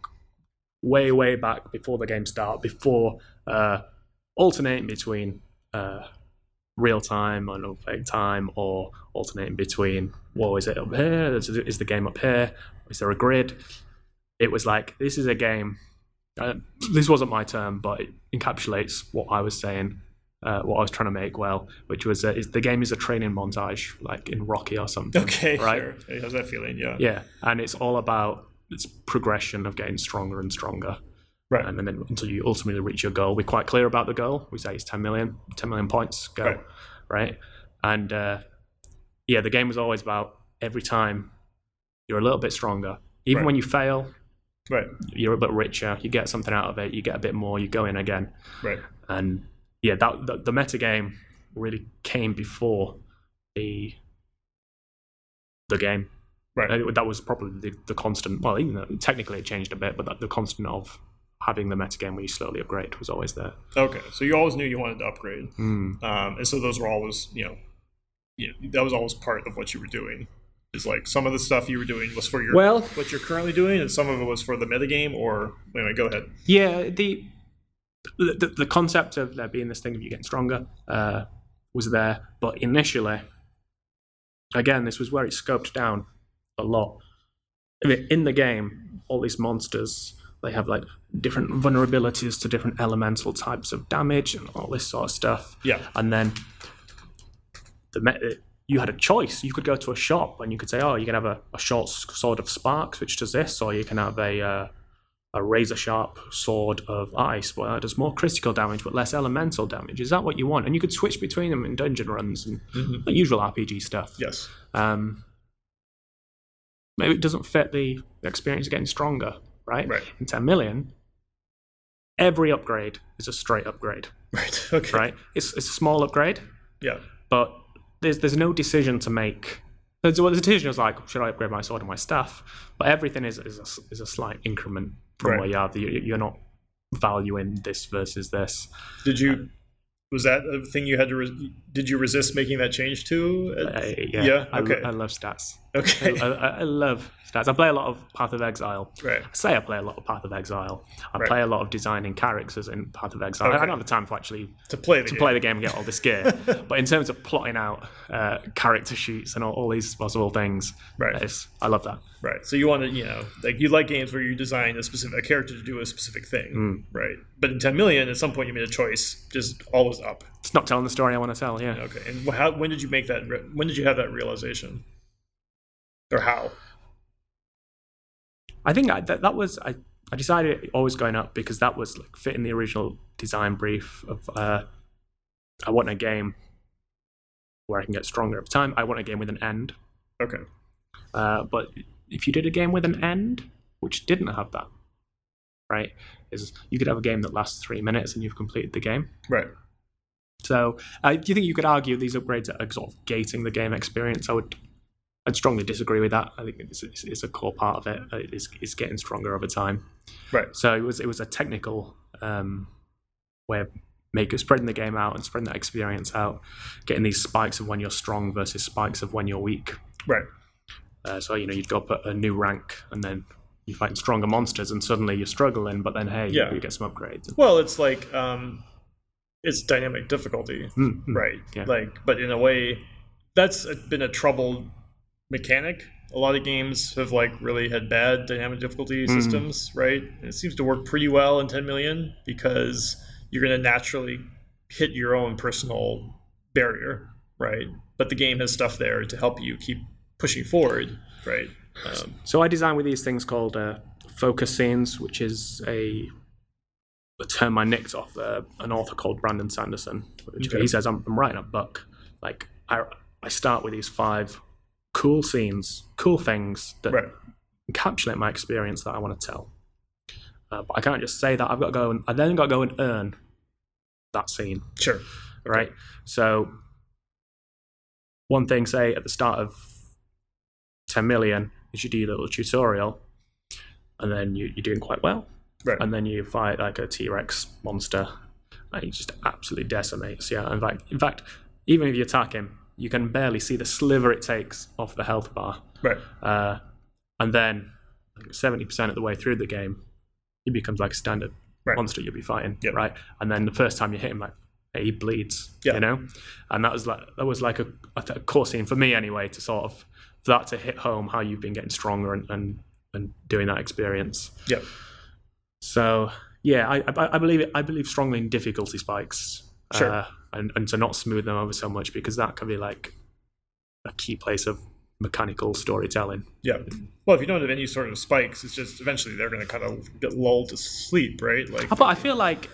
way, way back before the game start, before uh, alternating between uh, real time and opaque time, or alternating between, whoa, is it up here? Is, is the game up here? Is there a grid? It was like, this is a game. Uh, this wasn't my term, but it encapsulates what I was saying, uh, what I was trying to make well, which was uh, is the game is a training montage, like in Rocky or something.
okay,
Right.
sure. It has that feeling, yeah.
Yeah, and it's all about its progression of getting stronger and stronger. Um,
Right.
And then until you ultimately reach your goal, we're quite clear about the goal. We say it's 10 million, 10 million points, go.
Right.
Right. And uh, yeah, the game was always about every time you're a little bit stronger. Even
Right.
when you fail,
Right.
you're a bit richer. You get something out of it. You get a bit more. You go in again.
Right.
And yeah, that the, the meta game really came before the the game.
Right.
Uh, that was probably the, the constant. Well, even though technically it changed a bit, but that, the constant of having the meta game where you slowly upgrade was always there.
Okay. So you always knew you wanted to upgrade.
Mm.
um, and so those were always you know, you know that was always part of what you were doing is like some of the stuff you were doing was for your
Well-
what you're currently doing and some of it was for the metagame or wait a minute, go ahead
Yeah, the, the the concept of there being this thing of you getting stronger uh, was there, but initially, again, this was where it scoped down a lot. I mean, In the game, all these monsters they have like different vulnerabilities to different elemental types of damage and all this sort of stuff.
yeah
and then the me- you had a choice. You could go to a shop and you could say, "Oh, you can have a, a short s- sword of sparks, which does this, or you can have a uh, a razor sharp sword of ice, where that does more critical damage but less elemental damage." Is that what you want? And you could switch between them in dungeon runs and
Mhm.
the usual RPG stuff.
yes
Um, maybe it doesn't fit the the experience of getting stronger, right?
Right.
In ten million, every upgrade is a straight upgrade,
right okay
right? It's it's a small upgrade
yeah
but there's there's no decision to make. There's, well, the decision was like, should I upgrade my sword and my staff? But everything is is a, s- is a slight increment from
Right.
where you are. You, you're not valuing this versus this.
did you was that a thing you had to re- did you resist making that change to
Uh, yeah,
yeah
I,
okay
I love stats. I,
okay
I, I love stats. I play a lot of Path of Exile.
right
I say I play a lot of Path of Exile. I
Right.
play a lot of designing characters in Path of Exile. I-
Okay.
I don't have the time for actually
to play the
to
game.
play the game and get all this gear. but in terms of plotting out uh, character sheets and all, all these possible things,
Right.
it's- I love that.
Right. So you want to, you know, like you like games where you design a specific a character to do a specific thing,
Mm.
right? But in 10 million, at some point you made a choice, just always up.
It's not telling the story I want to tell. Yeah,
Okay. And wh- how, when did you make that? re- When did you have that realization? Or how?
I think I, that, that was I. I decided it always going up because that was like fit in the original design brief of uh, I want a game where I can get stronger over time. I want a game with an end.
Okay.
Uh, but if you did a game with an end, which didn't have that, right, is you could have a game that lasts three minutes and you've completed the game.
Right.
So, uh, do you think you could argue these upgrades are sort of gating the game experience? I would, I'd strongly disagree with that. I think it's, it's, it's a core part of it. Uh, It's, it's getting stronger over time.
Right.
So it was it was a technical um, way of make spreading the game out and spreading that experience out, getting these spikes of when you're strong versus spikes of when you're weak.
Right.
Uh, so you know you'd go up at a new rank and then you fight stronger monsters, and suddenly you're struggling. But then hey, you-
Yeah.
you, get some upgrades.
Well, it's like um, it's dynamic difficulty,
Mm, mm.
right?
Yeah.
Like, but in a way, that's a- been a troubled mechanic. A lot of games have like really had bad dynamic difficulty systems, right? And it seems to work pretty well in 10 million because you're going to naturally hit your own personal barrier, right? But the game has stuff there to help you keep pushing forward, right? Um,
So I design with these things called uh, focus scenes, which is a, a term I nicked off uh, an author called Brandon Sanderson. Which
Okay.
He says I'm, I'm writing a book. Like I, I start with these five cool scenes, cool things that
right.
encapsulate my experience that I want to tell. Uh, but I can't just say that. I've got to go and I then got to go and earn that scene
Sure.
right? So one thing, say at the start of 10 million, is you do your little tutorial, and then you, you're doing quite well,
Right.
and then you fight like a T-Rex monster, and he just absolutely decimates you. In fact, in fact, even if you attack him, you can barely see the sliver it takes off the health bar.
Right.
Uh, and then seventy percent of the way through the game, he becomes like a standard
Right.
monster you'll be fighting,
Yep.
right? And then the first time you hit him, like hey, he bleeds,
Yeah.
you know. And that was like that was like a, a th- a core scene for me anyway to sort of for that to hit home how you've been getting stronger and and, and doing that experience.
Yep.
So yeah, I I, I believe it, I believe strongly in difficulty spikes.
Sure.
Uh, and, and to not smooth them over so much because that can be like a key place of mechanical storytelling.
Yeah. Well, if you don't have any sort of spikes, it's just eventually they're going to kind of get lulled to sleep, right? Like,
But I feel like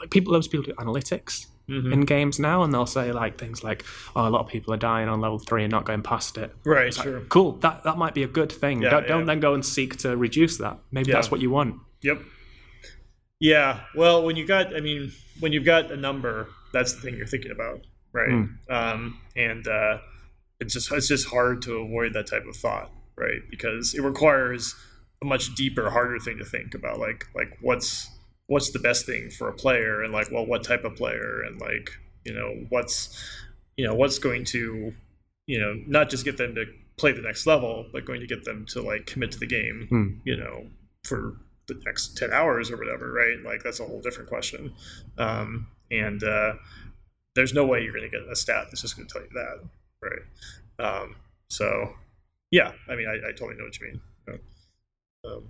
like people loads of people do analytics
Mhm.
in games now and they'll say like things like, Oh, a lot of people are dying on level three and not going past it.
right? Sure.
Cool, that that might be a good thing.
Yeah,
don't, don't
yeah.
then go and seek to reduce that. Maybe
Yeah.
that's what you want.
Yep. Yeah. Well, when you got, I mean, when you've got a number, that's the thing you're thinking about, right? Um, and uh, it's just it's just hard to avoid that type of thought, right? Because it requires a much deeper, harder thing to think about, like like what's what's the best thing for a player, and like well, what type of player, and like you know what's you know what's going to you know not just get them to play the next level, but going to get them to like commit to the game,
Hmm.
you know, for the next 10 hours or whatever right like that's a whole different question um, and uh, there's no way you're going to get a stat that's just going to tell you that right um, so yeah i mean i, I totally know what you mean Yeah. um,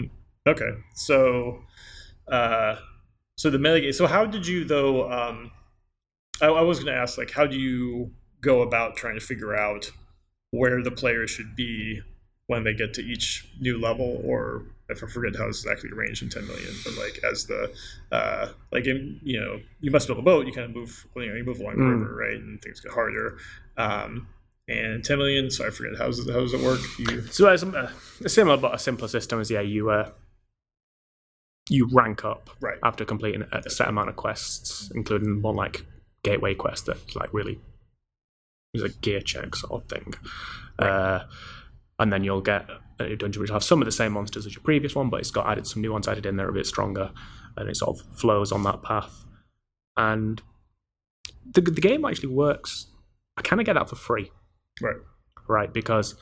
hmm. okay so uh, so the metagame so how did you though um, I, I was going to ask like how do you go about trying to figure out where the player should be when they get to each new level or if I forget how it's actually arranged in 10 million, but like as the, uh, like in, you know, you must build a boat, you kind of move, you know, you move along the
Mm.
river, right? And things get harder. Um, and 10 million, so I forget how does, how does it work? You,
So it's um, a similar but a simpler system is yeah, you uh, you rank up
Right.
after completing a set amount of quests, including one like gateway quest that's like really is a gear check sort of thing. Uh, and then you'll get a new dungeon which will have some of the same monsters as your previous one, but it's got added some new ones added in there a bit stronger, and it sort of flows on that path. And the the game actually works. I kind of get that for free
right.
right? Because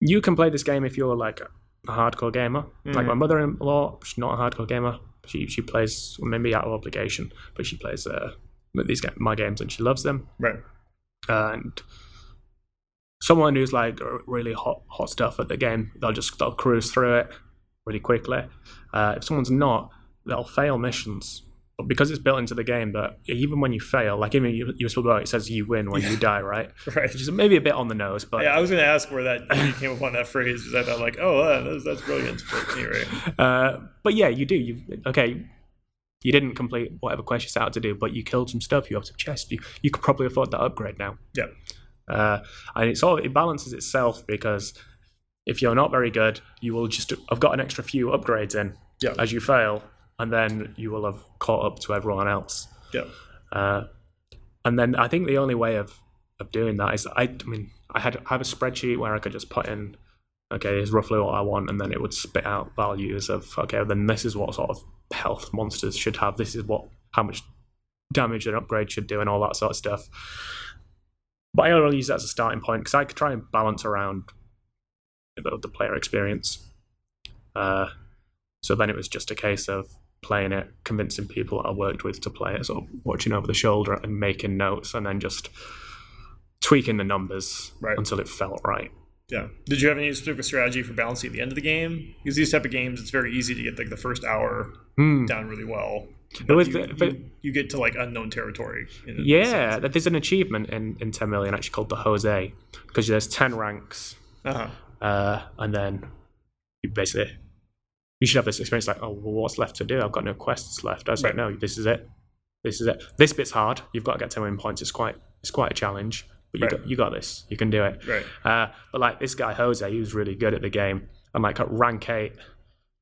you can play this game if you're like a hardcore gamer. Like my mother-in-law, she's not a hardcore gamer. She she plays well, maybe out of obligation, but she plays uh, these ga- my games and she loves them.
Right.
And someone who's like r- really hot hot stuff at the game, they'll just they'll cruise through it really quickly. Uh, if someone's not, they'll fail missions. But because it's built into the game that even when you fail, like even you, you about it says you win when you die, right?
Right.
which is maybe a bit on the nose, but
Yeah, I was going to ask where that you came upon that phrase because I thought like, oh, uh, that's, that's brilliant. But anyway,
uh, but yeah, you do. You okay? You didn't complete whatever quest you set out to do, but you killed some stuff. You have some chests. You you could probably afford that upgrade now.
yeah,
Uh, and it sort of it balances itself because if you're not very good, you will just I've got an extra few upgrades in
Yeah.
as you fail, and then you will have caught up to everyone else.
yeah,
Uh, and then I think the only way of, of doing that is I, I mean I had I have a spreadsheet where I could just put in okay here's roughly what I want and then it would spit out values of okay then this is what sort of health monsters should have this is what how much damage an upgrade should do and all that sort of stuff. But I only use that as a starting point because I could try and balance around the, the player experience. Uh, so then it was just a case of playing it, convincing people that I worked with to play it, sort of watching over the shoulder and making notes, and then just tweaking the numbers
Right.
until it felt right.
Yeah. Did you have any specific strategy for balancing at the end of the game? Because these type of games, it's very easy to get like the first hour
Hmm.
down really well.
But with
you,
the- but-
you- you get to like unknown territory. in a-
Yeah, th- there's an achievement in, in 10 million actually called the Jose because there's 10 ranks,
Uh-huh.
uh, and then you basically you should have this experience like, oh, well, what's left to do? I've got no quests left. I was like,
Right.
no, this is it. This is it. This bit's hard. You've got to get 10 million points. It's quite it's quite a challenge, but you
Right.
got you got this. You can do it.
Right.
Uh, but like this guy Jose, he was really good at the game, and like at rank eight,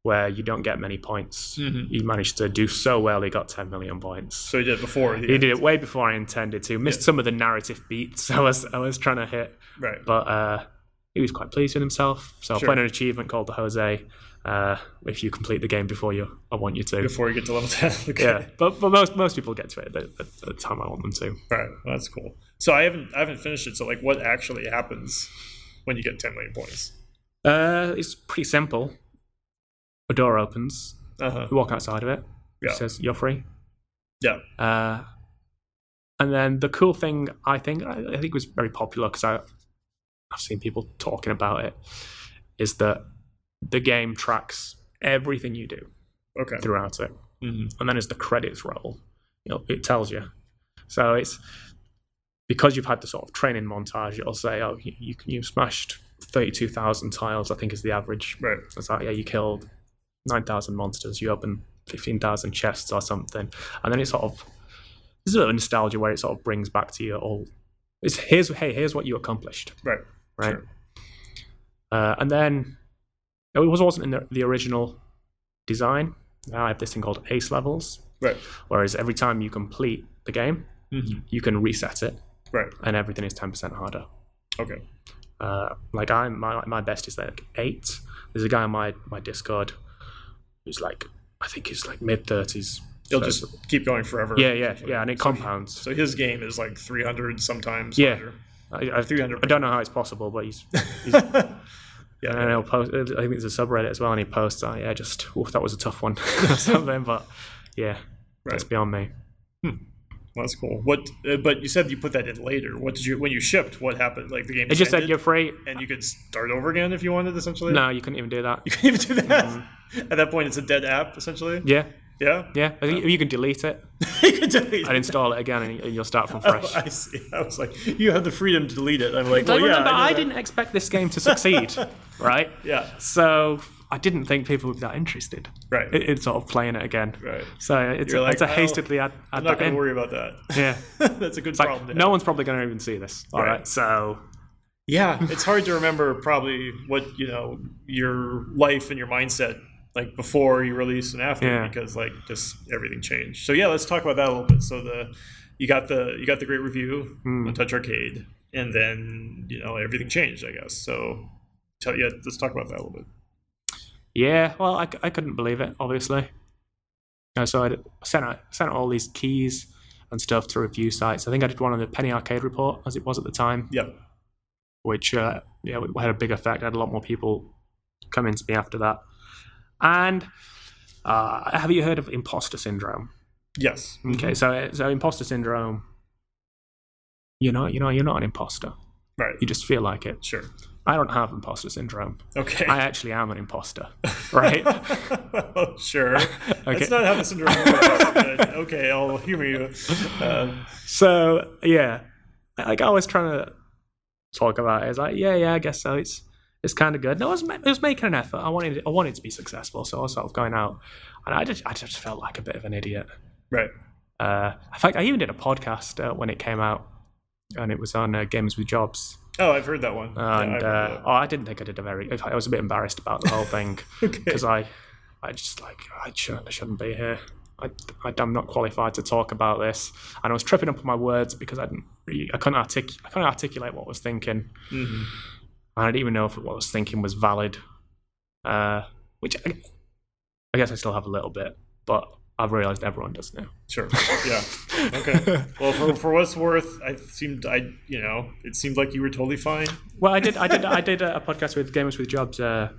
where you don't get many points,
Mhm.
he managed to do so well. He got 10 million points.
So you did it before.
He did it way before I intended to. Missed some of the narrative beats I was I was trying to hit,
Right.
but uh, he was quite pleased with himself. So
Sure.
I played an achievement called the Jose. Uh, if you complete the game before you, I want you to.
Before you get to level 10. Okay.
Yeah, but but most most people get to it at the, at the time I want them to.
All right. Well, that's cool. So I haven't I haven't finished it. So like what actually happens when you get 10 million points?
Uh, it's pretty simple. A door opens.
Uh-huh.
You walk outside of it.
Yeah.
It says you're free.
Yeah.
Uh, and then the cool thing I think I I think was very popular because I've seen people talking about it is that the game tracks everything you do
Okay.
throughout it,
hmm
and then as the credits roll, you know, it tells you. So it's because you've had the sort of training montage, it'll say, "Oh, you you, you smashed thirty-two thousand tiles," I think is the average.
Right.
It's like, yeah, you killed 9,000 monsters, you opened 15,000 chests or something. And then it sort of, there's a bit of nostalgia where it sort of brings back to you all, it's here's, hey, here's what you accomplished,
Right.
right?
Sure.
Uh, and then it was, wasn't in the, the original design. Now I have this thing called ace levels,
Right.
whereas every time you complete the game,
hmm
you can reset it
Right.
and everything is 10% harder.
Okay.
Uh, like I'm my my best is like eight. There's a guy on my my Discord who's like I think he's like mid thirties.
You'll just keep going forever.
yeah, yeah, yeah, and it compounds.
So his game is like 300 sometimes.
Yeah.
harder.
I, I,
300.
I don't know how it's possible, but he's
Yeah.
and he'll post. I think there's a subreddit as well, and he posts, oh, yeah, just "Oof, that was a tough one or something. But yeah, that's
Right.
beyond me.
Well, that's cool. What? Uh, but you said you put that in later. What did you when you shipped? What happened? Like the game?
It just said
ended
you're free.
and you could start over again if you wanted. Essentially,
No, you couldn't even do that.
you can even do that. At that point, it's a dead app. Essentially,
Yeah,
yeah,
yeah. I think you can delete it
you can delete.
and install it again, and and you'll start from fresh.
Oh, I see. I was like, you have the freedom to delete it. I'm like, well,
Like,
yeah,
remember,
I,
I,
know that.
didn't expect this game to succeed, right?
Yeah.
So I didn't think people would be that interested
Right.
in, in sort of playing it again.
Right.
So it's,
You're like,
it's a
"Well,
hastily add, add
I'm not
that
going
in.
to worry about that.
Yeah.
that's a good
Like,
problem. to
no
have.
one's probably going to even see this. All
Right.
right. So
Yeah, it's hard to remember probably what you know your life and your mindset like before you release and after
Yeah.
because like just everything changed. So yeah, let's talk about that a little bit. So the you got the you got the great review
Hmm.
on Touch Arcade, and then you know everything changed, I guess. So tell, yeah, let's talk about that a little bit.
yeah, well, I, c- I couldn't believe it, obviously. Uh, So I d- sent out, sent out all these keys and stuff to review sites. I think I did one on the Penny Arcade Report, as it was at the time,
Yeah,
which uh, yeah had a big effect. I had a lot more people come into me after that. And uh, have you heard of imposter syndrome?
yes,
Okay, so so imposter syndrome. You know, you know, you're not an imposter.
right,
You just feel like it.
sure,
I don't have imposter syndrome.
okay,
I actually am an imposter, right?
Oh, sure.
Okay.
That's not how the syndrome works. but okay, I'll humor you. Uh,
so yeah, like I was trying to talk about it. It's like, yeah, yeah, I guess so. It's it's kind of good. No, I was, ma- I was making an effort. I wanted I wanted to be successful, so I was sort of going out, and I just I just felt like a bit of an idiot.
right,
Uh, in fact, I even did a podcast uh, when it came out, and it was on uh, Games with Jobs.
Oh, I've heard that one. Yeah,
and
I've heard
uh, oh, I didn't think I did a very. in fact, I was a bit embarrassed about the whole thing because I, I just like I shouldn't, I shouldn't be here. I, I, am not qualified to talk about this, and I was tripping up on my words because I didn't, really, I couldn't artic, I couldn't articulate what I was thinking.
Mhm.
I didn't even know if what I was thinking was valid, uh, which I, I guess I still have a little bit, but I I've realized everyone does now.
Sure. Yeah. Okay. Well, for, for what's worth, I seemed I you know it seemed like you were totally fine.
Well, I did, I did, I did a podcast with Gamers with Jobs uh,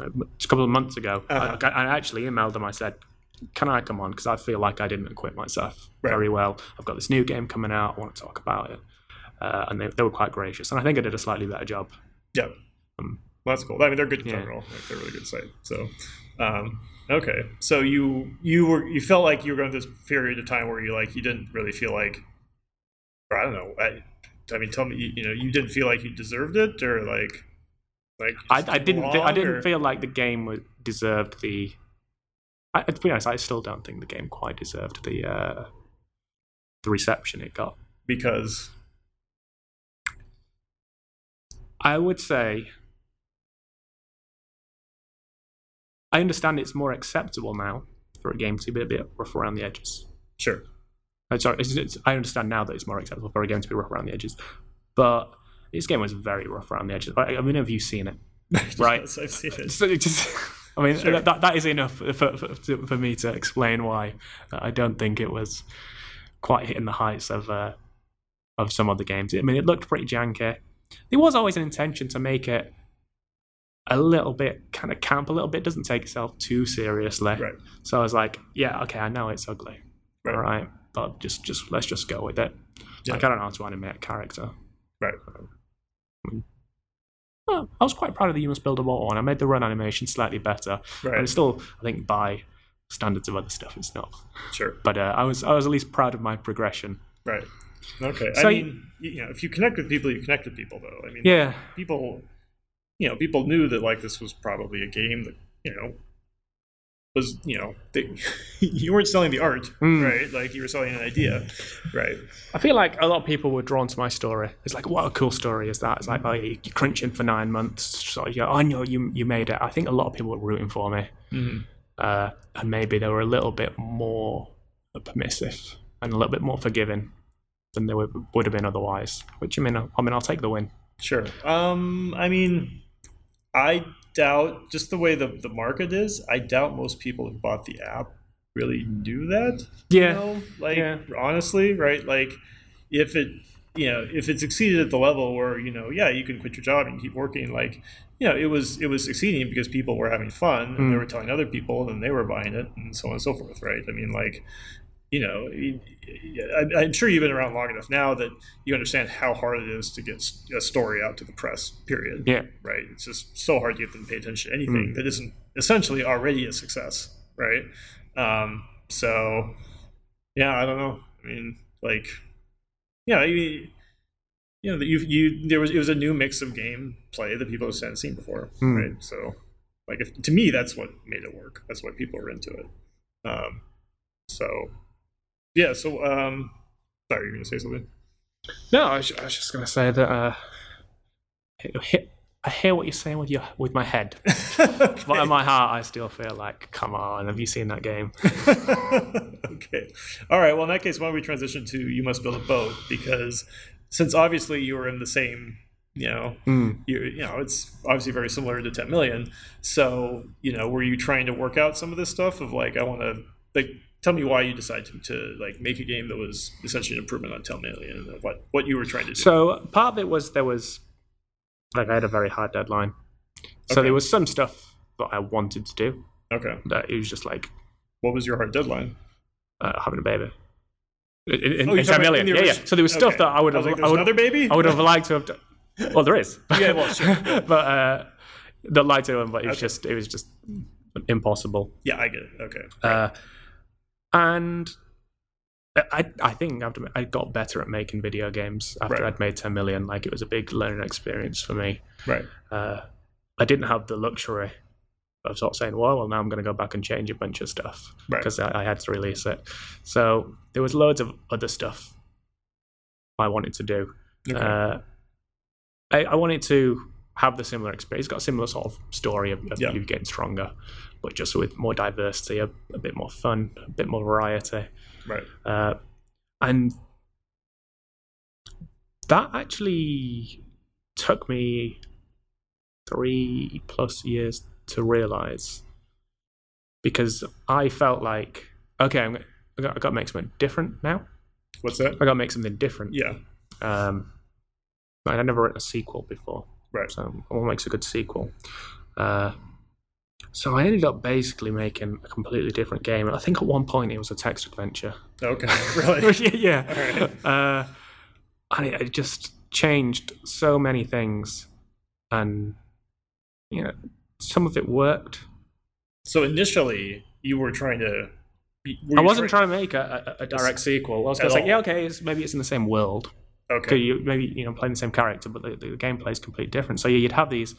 a couple of months ago.
Uh-huh.
I, I actually emailed them. I said, "Can I come on? Because I feel like I didn't acquit myself
Right.
very well. I've got this new game coming out. I want to talk about it." Uh, and they, they were quite gracious, and I think I did a slightly better job.
Yeah. Well, Um, that's cool. I mean, they're good in
Yeah.
general. Like, they're a really good site. So, um, okay. So you you were you felt like you were going through this period of time where you like you didn't really feel like, or I don't know. I, I mean, tell me. You, you know, you didn't feel like you deserved it, or like, like
I, I didn't, thi- I
wrong,
didn't
or-
feel like the game was, deserved the. I, to be honest, I still don't think the game quite deserved the uh, the reception it got.
because
I would say I understand it's more acceptable now for a game to be a bit rough around the edges.
sure.
I'm sorry, it's, it's, I understand now that it's more acceptable for a game to be rough around the edges, but this game was very rough around the edges. I, I mean, have you seen it? Right.
Yes, I've seen it.
So it just, I mean,
Sure.
that, that is enough for, for, for- for me to explain why I don't think it was quite hitting the heights of uh, of some other games. I mean, it looked pretty janky. There was always an intention to make it a little bit kind of camp, a little bit doesn't take itself too seriously.
Right.
So I was like, yeah, okay, I know it's ugly,
Right.
all right, but just just let's just go with it.
Yeah.
Like I don't know how to animate a character.
Right.
Oh, I was quite proud of the You Must Build a Wall one. I made the run animation slightly better, but
Right.
it's still, I think, by standards of other stuff, it's not.
Sure.
But uh, I was, I was at least proud of my progression.
Right. Okay. I
So you-
mean, you, you know, if you connect with people, you connect with people, though. I mean,
Yeah,
people you know people knew that like this was probably a game that you know was you know they, you weren't selling the art
Mm.
right like you were selling an idea right
I feel like a lot of people were drawn to my story. It's like, what a cool story is that? It's like, oh, you're crunching for nine months. So, yeah, I know you, you made it. I think a lot of people were rooting for me, uh, and maybe they were a little bit more permissive and a little bit more forgiving than they would, would have been otherwise. Which I mean, I, I mean, I'll take the win.
sure um i mean i doubt just the way the, the market is i doubt most people who bought the app really knew that
Yeah.
you know? like
Yeah.
honestly right like if it you know if it succeeded at the level where you know yeah you can quit your job and keep working like you know it was it was succeeding because people were having fun and they
Mm.
were telling other people and they were buying it and so on and so forth right i mean like you know I- i'm sure you've been around long enough now that you understand how hard it is to get s- a story out to the press period
Yeah.
right? It's just so hard to get them to pay attention to anything that isn't essentially already a success, right? Um, so, yeah, I don't know. I mean, like, yeah, you, you know, you, you there was it was a new mix of gameplay that people just hadn't seen before,
Hmm.
right? So, like, if, to me, that's what made it work. That's why people were into it. Um, so, yeah. So, um, sorry, you're gonna say something?
No, I was, I was just going to say that uh, it hit- I hear what you're saying with your with my head, but in my heart, I still feel like, come on, have you seen that game?
okay. All right. Well, in that case, why don't we transition to "You Must Build a Boat" because since obviously you were in the same, you know, you, you know, it's obviously very similar to 10 million. So, you know, were you trying to work out some of this stuff of like, I want to like tell me why you decided to, to like make a game that was essentially an improvement on 10 million and what what you were trying to do.
So part of it was there was like I had a very hard deadline, so
Okay.
there was some stuff that I wanted to do
okay.
that it was just like
What was your hard deadline?
uh, having a baby. In, in,
Oh, you're
in
talking
10
about
million,
in the
yeah, yeah.
orig-
So there was stuff
okay.
that I would
I
have,
was like,
I
there's
would,
another baby.
I would have liked to have done. Well, there is.
Yeah, well, sure.
but uh, the lied to him, but it was
Okay.
just, it was just impossible.
yeah, I get it. Okay.
Uh, and I, I think after I got better at making video games after
Right.
I'd made 10 million. Like it was a big learning experience for me.
Right.
Uh, I didn't have the luxury of sort of saying, well, well now I'm going to go back and change a bunch of stuff
Right.
because I, I had to release it. So there was loads of other stuff I wanted to do.
Okay.
Uh, I, I wanted to have the similar experience. It's got a similar sort of story of, of
Yeah.
you getting stronger, but just with more diversity, a, a bit more fun, a bit more variety.
right.
Uh, and that actually took me three plus years to realize because I felt like Okay, I'm, gonna- I got I got to make something different now.
What's that?
I got to make something different.
Yeah.
Um, and I've never written a sequel before.
Right.
So what makes a good sequel? Uh, so I ended up basically making a completely different game. I think at one point it was a text adventure.
Okay. Really?
yeah. yeah. Uh, and it, it just changed so many things, and you know, some of it worked.
so initially, you were trying to.
I wasn't trying to make a, a, a direct sequel. I was
At
going to say,
all.
yeah, okay, it's, maybe it's in the same world.
trying.
Because
Okay.
you maybe you know playing the same character, but the, the, the gameplay is completely different. So you'd have these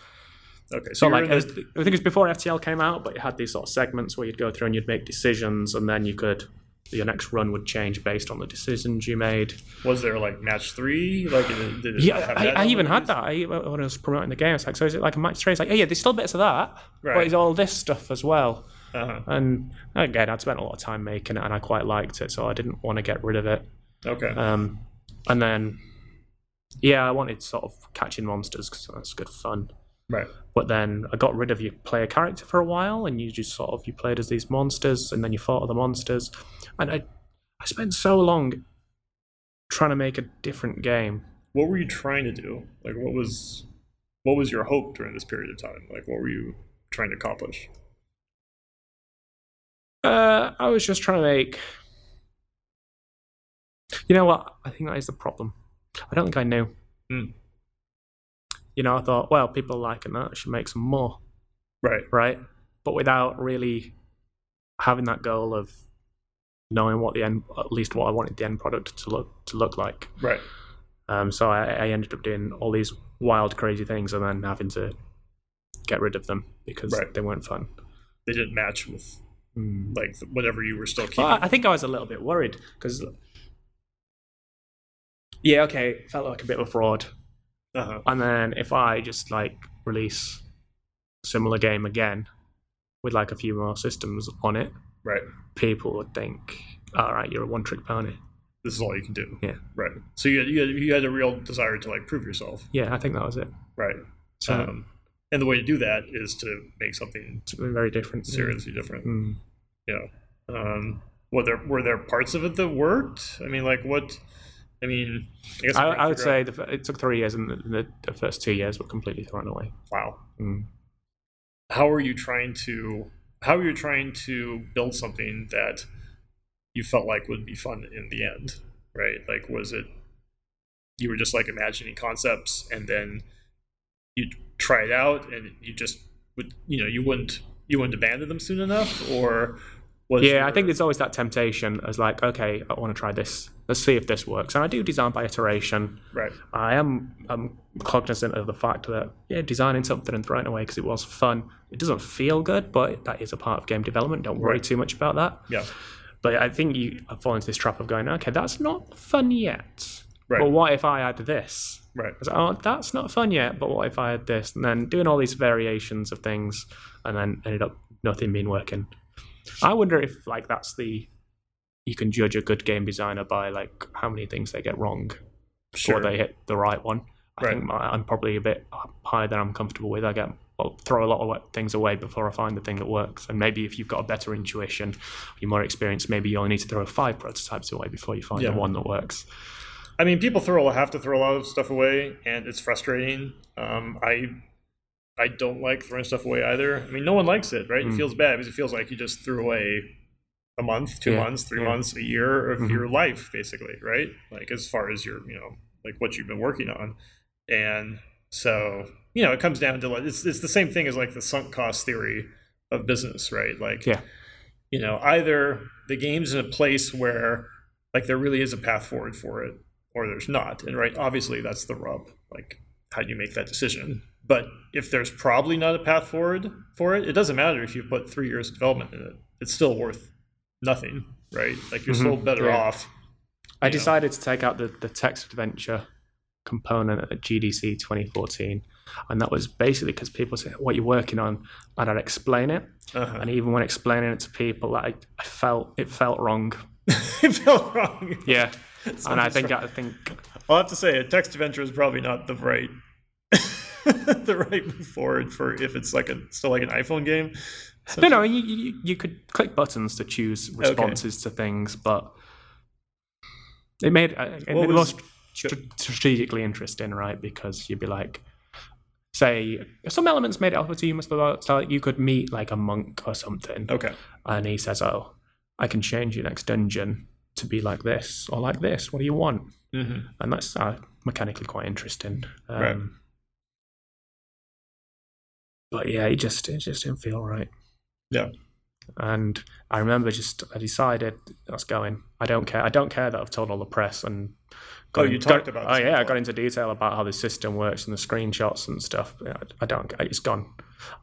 Okay.
So
you were
like,
in
it
the-
was- I think it was before FTL came out, but it had these sort of segments where you'd go through and you'd make decisions, and then you could your next run would change based on the decisions you made.
was there like match three? Like, did it, did it
Yeah,
have
I,
that
I even had
element?
that. I, when I was promoting the game, I was like, "So is it like a match three? It's like, "Oh yeah, there's still bits of that, but
Right.
it's all this stuff as well."
Uh-huh.
And again, I'd spent a lot of time making it, and I quite liked it, so I didn't want to get rid of it.
Okay.
Um, and then, yeah, I wanted sort of catching monsters because that's good fun.
right.
but then I got rid of your player character for a while, and you just sort of you played as these monsters, and then you fought other monsters, and I I spent so long trying to make a different game.
What were you trying to do? Like, what was, what was your hope during this period of time? Like, what were you trying to accomplish?
Uh, I was just trying to make. You know what? I think that is the problem. I don't think I knew.
Hmm.
You know, I thought, well, people are liking that. I should make some more.
Right.
right? But without really having that goal of knowing what the end, at least what I wanted the end product to look to look like.
Right.
Um, so I, I ended up doing all these wild, crazy things, and then having to get rid of them because
Right.
they weren't fun.
They didn't match with
Hmm.
like whatever you were still keeping.
Well, I- I think I was a little bit worried because, yeah, okay, it felt like a bit of a fraud.
uh-huh.
And then if I just like release a similar game again with like a few more systems on it,
Right.
people would think, all right, you're a one trick pony.
This is all you can do.
Yeah.
Right. So you had, you had, you had a real desire to like prove yourself.
Yeah, I think that was it.
Right.
So
Um, and the way to do that is to make something
something very different.
seriously different.
Mm.
Yeah. Um, were there were there parts of it that worked? I mean, like what? I mean, I guess
I,
I'm trying to
I would
figure out-
say the, f- it took three years, and the, the, the first two years were completely thrown away.
wow.
Mm.
How are you trying to how are you trying to build something that you felt like would be fun in the end, right? Like, was it you were just like imagining concepts and then you try it out and you just would you know you wouldn't you wouldn't abandon them soon enough or was
Yeah, I
your-
think there's always that temptation as like, okay, I want to try this. Let's see if this works. And I do design by iteration.
right
I am I'm cognizant of the fact that yeah, designing something and throwing it away because it was fun. It doesn't feel good, but that is a part of game development. Don't worry
Right.
too much about that.
yeah
But I think you I fall into this trap of going, okay, that's not fun yet.
Right.
But what if I add this?
right
I was like, oh, that's not fun yet. But what if I add this? And then doing all these variations of things, and then ended up nothing being working. I wonder if like that's the you can judge a good game designer by like how many things they get wrong
sure
or they hit the right one. I
Right.
think my, I'm probably a bit higher than I'm comfortable with. I get I'll throw a lot of things away before I find the thing that works. And maybe if you've got a better intuition, you're more experienced, maybe you'll need to throw five prototypes away before you find
Yeah.
the one that works.
I mean, people throw have to throw a lot of stuff away, and it's frustrating. Um, I I don't like throwing stuff away either. I mean, no one likes it, right? It
Mm.
feels bad because it feels like you just threw away a month, two
Yeah,
months, three
yeah.
months, a year of
Mhm.
your life, basically, right? Like as far as your you know like what you've been working on, and so you know it comes down to like it's it's the same thing as like the sunk cost theory of business, right? Like
Yeah.
you know either the game's in a place where like there really is a path forward for it or there's not and right obviously that's the rub like how do you make that decision but if there's probably not a path forward for it it doesn't matter if you put three years of development in it it's still worth nothing right like you're
Mhm.
still better
Yeah.
off
I
Yeah.
decided to take out the, the text adventure component at GDC 2014. And that was basically because people said, What you're working on? And I'd explain it.
uh-huh.
And even when explaining it to people, I, I felt it felt wrong.
it felt wrong
Yeah. and I
Something's
think,
wrong.
I think,
i'll have to say a text adventure is probably not the right the right move forward for if it's like a still like an iphone game
No, no, you, you, you could click buttons to choose responses to things, but it made uh, it
What
made it
was-
more str- strategically interesting, right? Because you'd be like, say, some elements made it alpha to you must be about, so like you could meet like a monk or something,
Okay.
and he says, "Oh, I can change your next dungeon to be like this or like this. What do you want?"
Mm-hmm.
and that's uh, mechanically quite interesting. Um,
Right.
But yeah, it just it just didn't feel right.
Yeah.
And I remember just I decided that's going. I don't care. I don't care that I've told all the press and.
Oh,
in-
you talked about
Oh
this
yeah, I
before.
got into detail about how the system works and the screenshots and stuff. but I, I don't. It's gone.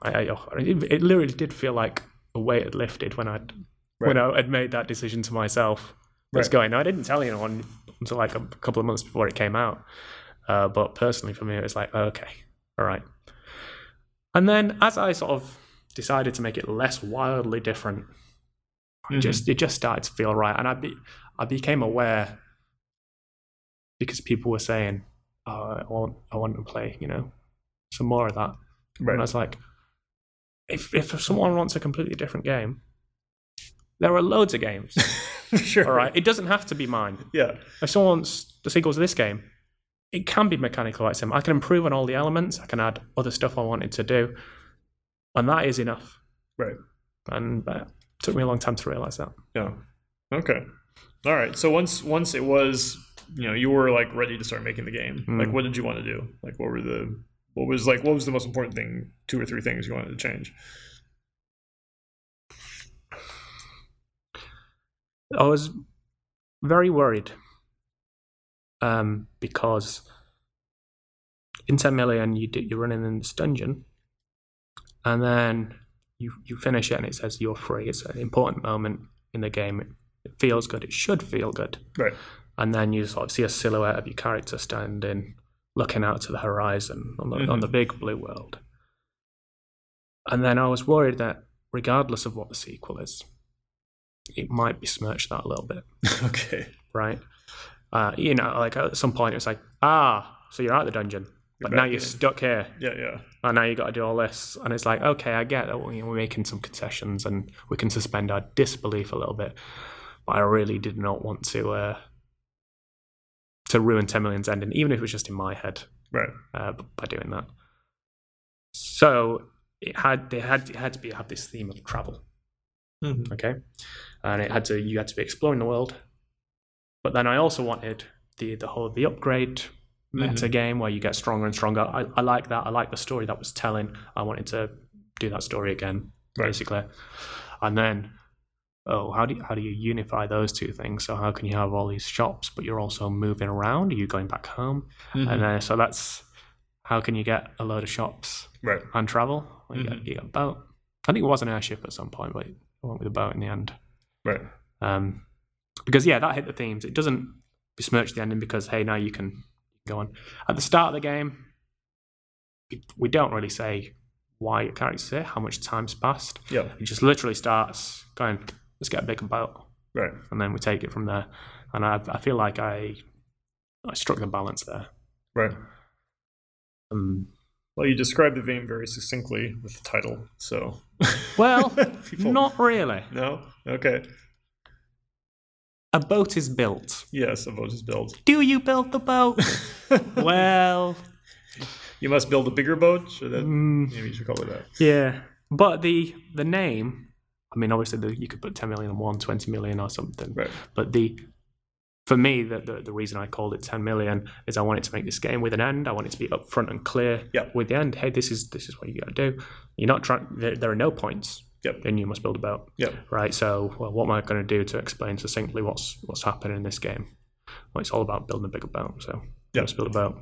I, I it, it literally did feel like a weight had lifted when I would when I had made that decision to myself. It's
Right.
going. Now, I didn't tell anyone until like a couple of months before it came out. Uh, but personally, for me, it was like, okay, all right. And then, as I sort of decided to make it less wildly different, I
Mhm.
just it just started to feel right, and I be I became aware because people were saying, oh, I want I want to play, you know, some more of that. And I
Right.
was like, if if someone wants a completely different game, there are loads of games.
sure.
All right, it doesn't have to be mine.
Yeah.
If someone wants the sequel to this game, it can be mechanically like sim. I can improve on all the elements. I can add other stuff I wanted to do, and that is enough.
Right.
And uh, it took me a long time to realize that.
Yeah. Okay. All right. So once once it was, you know, you were like ready to start making the game.
Mm.
Like, what did you want to do? Like, what were the what was like what was the most important thing? Two or three things you wanted to change.
I was very worried um, because in 10 million you do, you're running in this dungeon and then you, you finish it and it says you're free it's an important moment in the game it feels good it should feel good
Right.
and then you sort of see a silhouette of your character standing, looking out to the horizon on the, on the big blue world. And then I was worried that, regardless of what the sequel is, it might besmirch that a little bit,
okay.
right? Uh, you know, like at some point it's like, ah, so you're out of the dungeon, but
You're
now
back
you're
in.
stuck here,
Yeah. Yeah.
and now you got to do all this. And it's like, okay, I get that we- we're making some concessions and we can suspend our disbelief a little bit, but I really did not want to uh, to ruin 10 Million's ending, even if it was just in my head
Right.
uh, b- by doing that. So it had they had it had to be have this theme of travel,
Mhm.
okay, and it had to you had to be exploring the world, but then I also wanted the the whole the upgrade meta game where you get stronger and stronger. I, I like that. I like the story that was telling. I wanted to do that story again,
Right.
basically, and then. Oh, how do you, how do you unify those two things? So how can you have all these shops, but you're also moving around? Are you going back home?
Mm-hmm.
and uh, so that's how can you get a load of shops
Right.
and travel? Well, You, got, you got a boat. I think it was an airship at some point, but I went with a boat in the end.
Right.
Um, because yeah, that hit the themes. It doesn't besmirch the ending because hey, now you can go on. At the start of the game, we- we don't really say why your character's here, how much time's passed.
Yeah.
It just literally starts going. Let's get a bigger boat
Right.
and then we take it from there. And I, I feel like I, I struck the balance there.
Right.
Um,
Well, you described the game very succinctly with the title. So.
well,
People-
not really.
No. Okay.
A boat is built.
Yes. A boat is built.
Do you build the boat? well,
You must build a bigger boat. Should that,
mm,
maybe you should call it that.
yeah. But the the name, I mean, obviously the, you could put 10 million on one, 20 million or something.
Right.
But the for me, the, the, the reason I called it 10 million is I wanted to make this game with an end. I want it to be upfront and clear
Yeah.
with the end. Hey, this is this is what you got to do. You're not trying. There, there are no points.
Yep.
Then you must build a boat.
Yep.
right? So, well, what am I going to do to explain succinctly what's what's happening in this game? Well, it's all about building a bigger boat. So,
Yeah.
let's build a boat.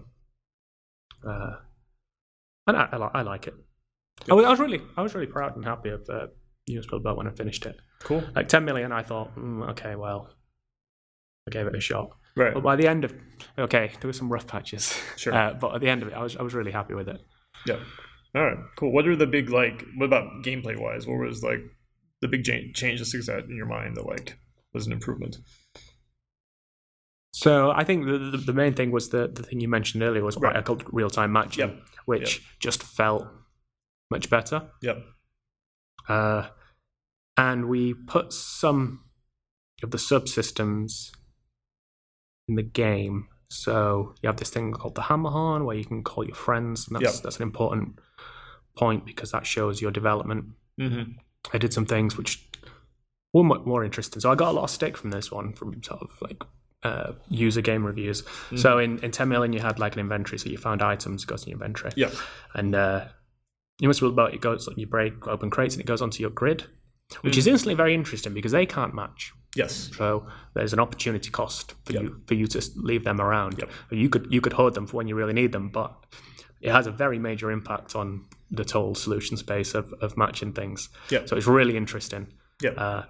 Uh, and I, I, li- I like it. I, was, I was really, I was really proud and happy of uh, you must build a boat when I finished it.
Cool.
Like ten million, I thought, mm, okay, well, I gave it a shot.
Right.
But by the end of, okay, there were some rough patches.
Sure.
Uh, but at the end of it, I was, I was really happy with it.
Yeah. All right. Cool. What are the big like? What about gameplay wise? What was like the big change change that sticks out in your mind that like was an improvement?
So I think the, the, the main thing was the, the thing you mentioned earlier was
Right.
what I called real time matching,
Yep.
which just felt much better.
Yep.
Uh, and we put some of the subsystems in the game. So you have this thing called the hammer horn where you can call your friends, and that's
Yep.
that's an important point because that shows your development.
Mm-hmm.
I did some things which were much more interesting. So I got a lot of stick from this one from sort of like uh, user game reviews. So in, in 10 million, you had like an inventory. So you found items, goes in your inventory.
Yeah.
And uh, you must build about it goes, you break open crates and it goes onto your grid, which is instantly very interesting because they can't match.
Yes.
So there's an opportunity cost for you for you to s- leave them around. You could you could hoard them for when you really need them, but it has a very major impact on the total solution space of, of matching things.
Yep.
So it's really interesting.
Yep.
Uh,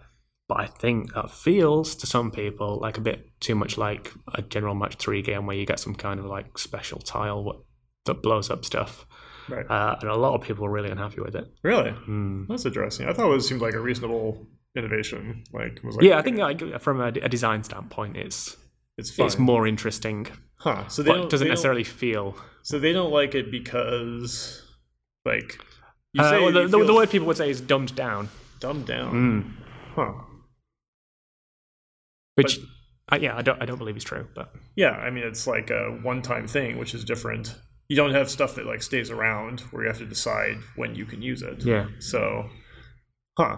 but I think that feels to some people like a bit too much like a general match three game where you get some kind of like special tile what, that blows up stuff.
Right.
Uh, and a lot of people were really unhappy with it.
Really?
Hmm.
That's interesting. I thought it seemed like a reasonable innovation. Like, it was like
Yeah, I think like from a, a design standpoint, it's
it's fun.
it's more interesting,
huh? So they
but
don't,
it doesn't
they don't-
necessarily feel.
So they don't like it because, like, you
Uh,
say
well, the,
you
the,
feel
the word people would say is dumbed down,
dumbed down.
mm.
Huh.
which uh, yeah, I don't I don't believe is true, but
Yeah, I mean it's like a one-time thing, which is different. You don't have stuff that like stays around where you have to decide when you can use it.
yeah,
So, huh?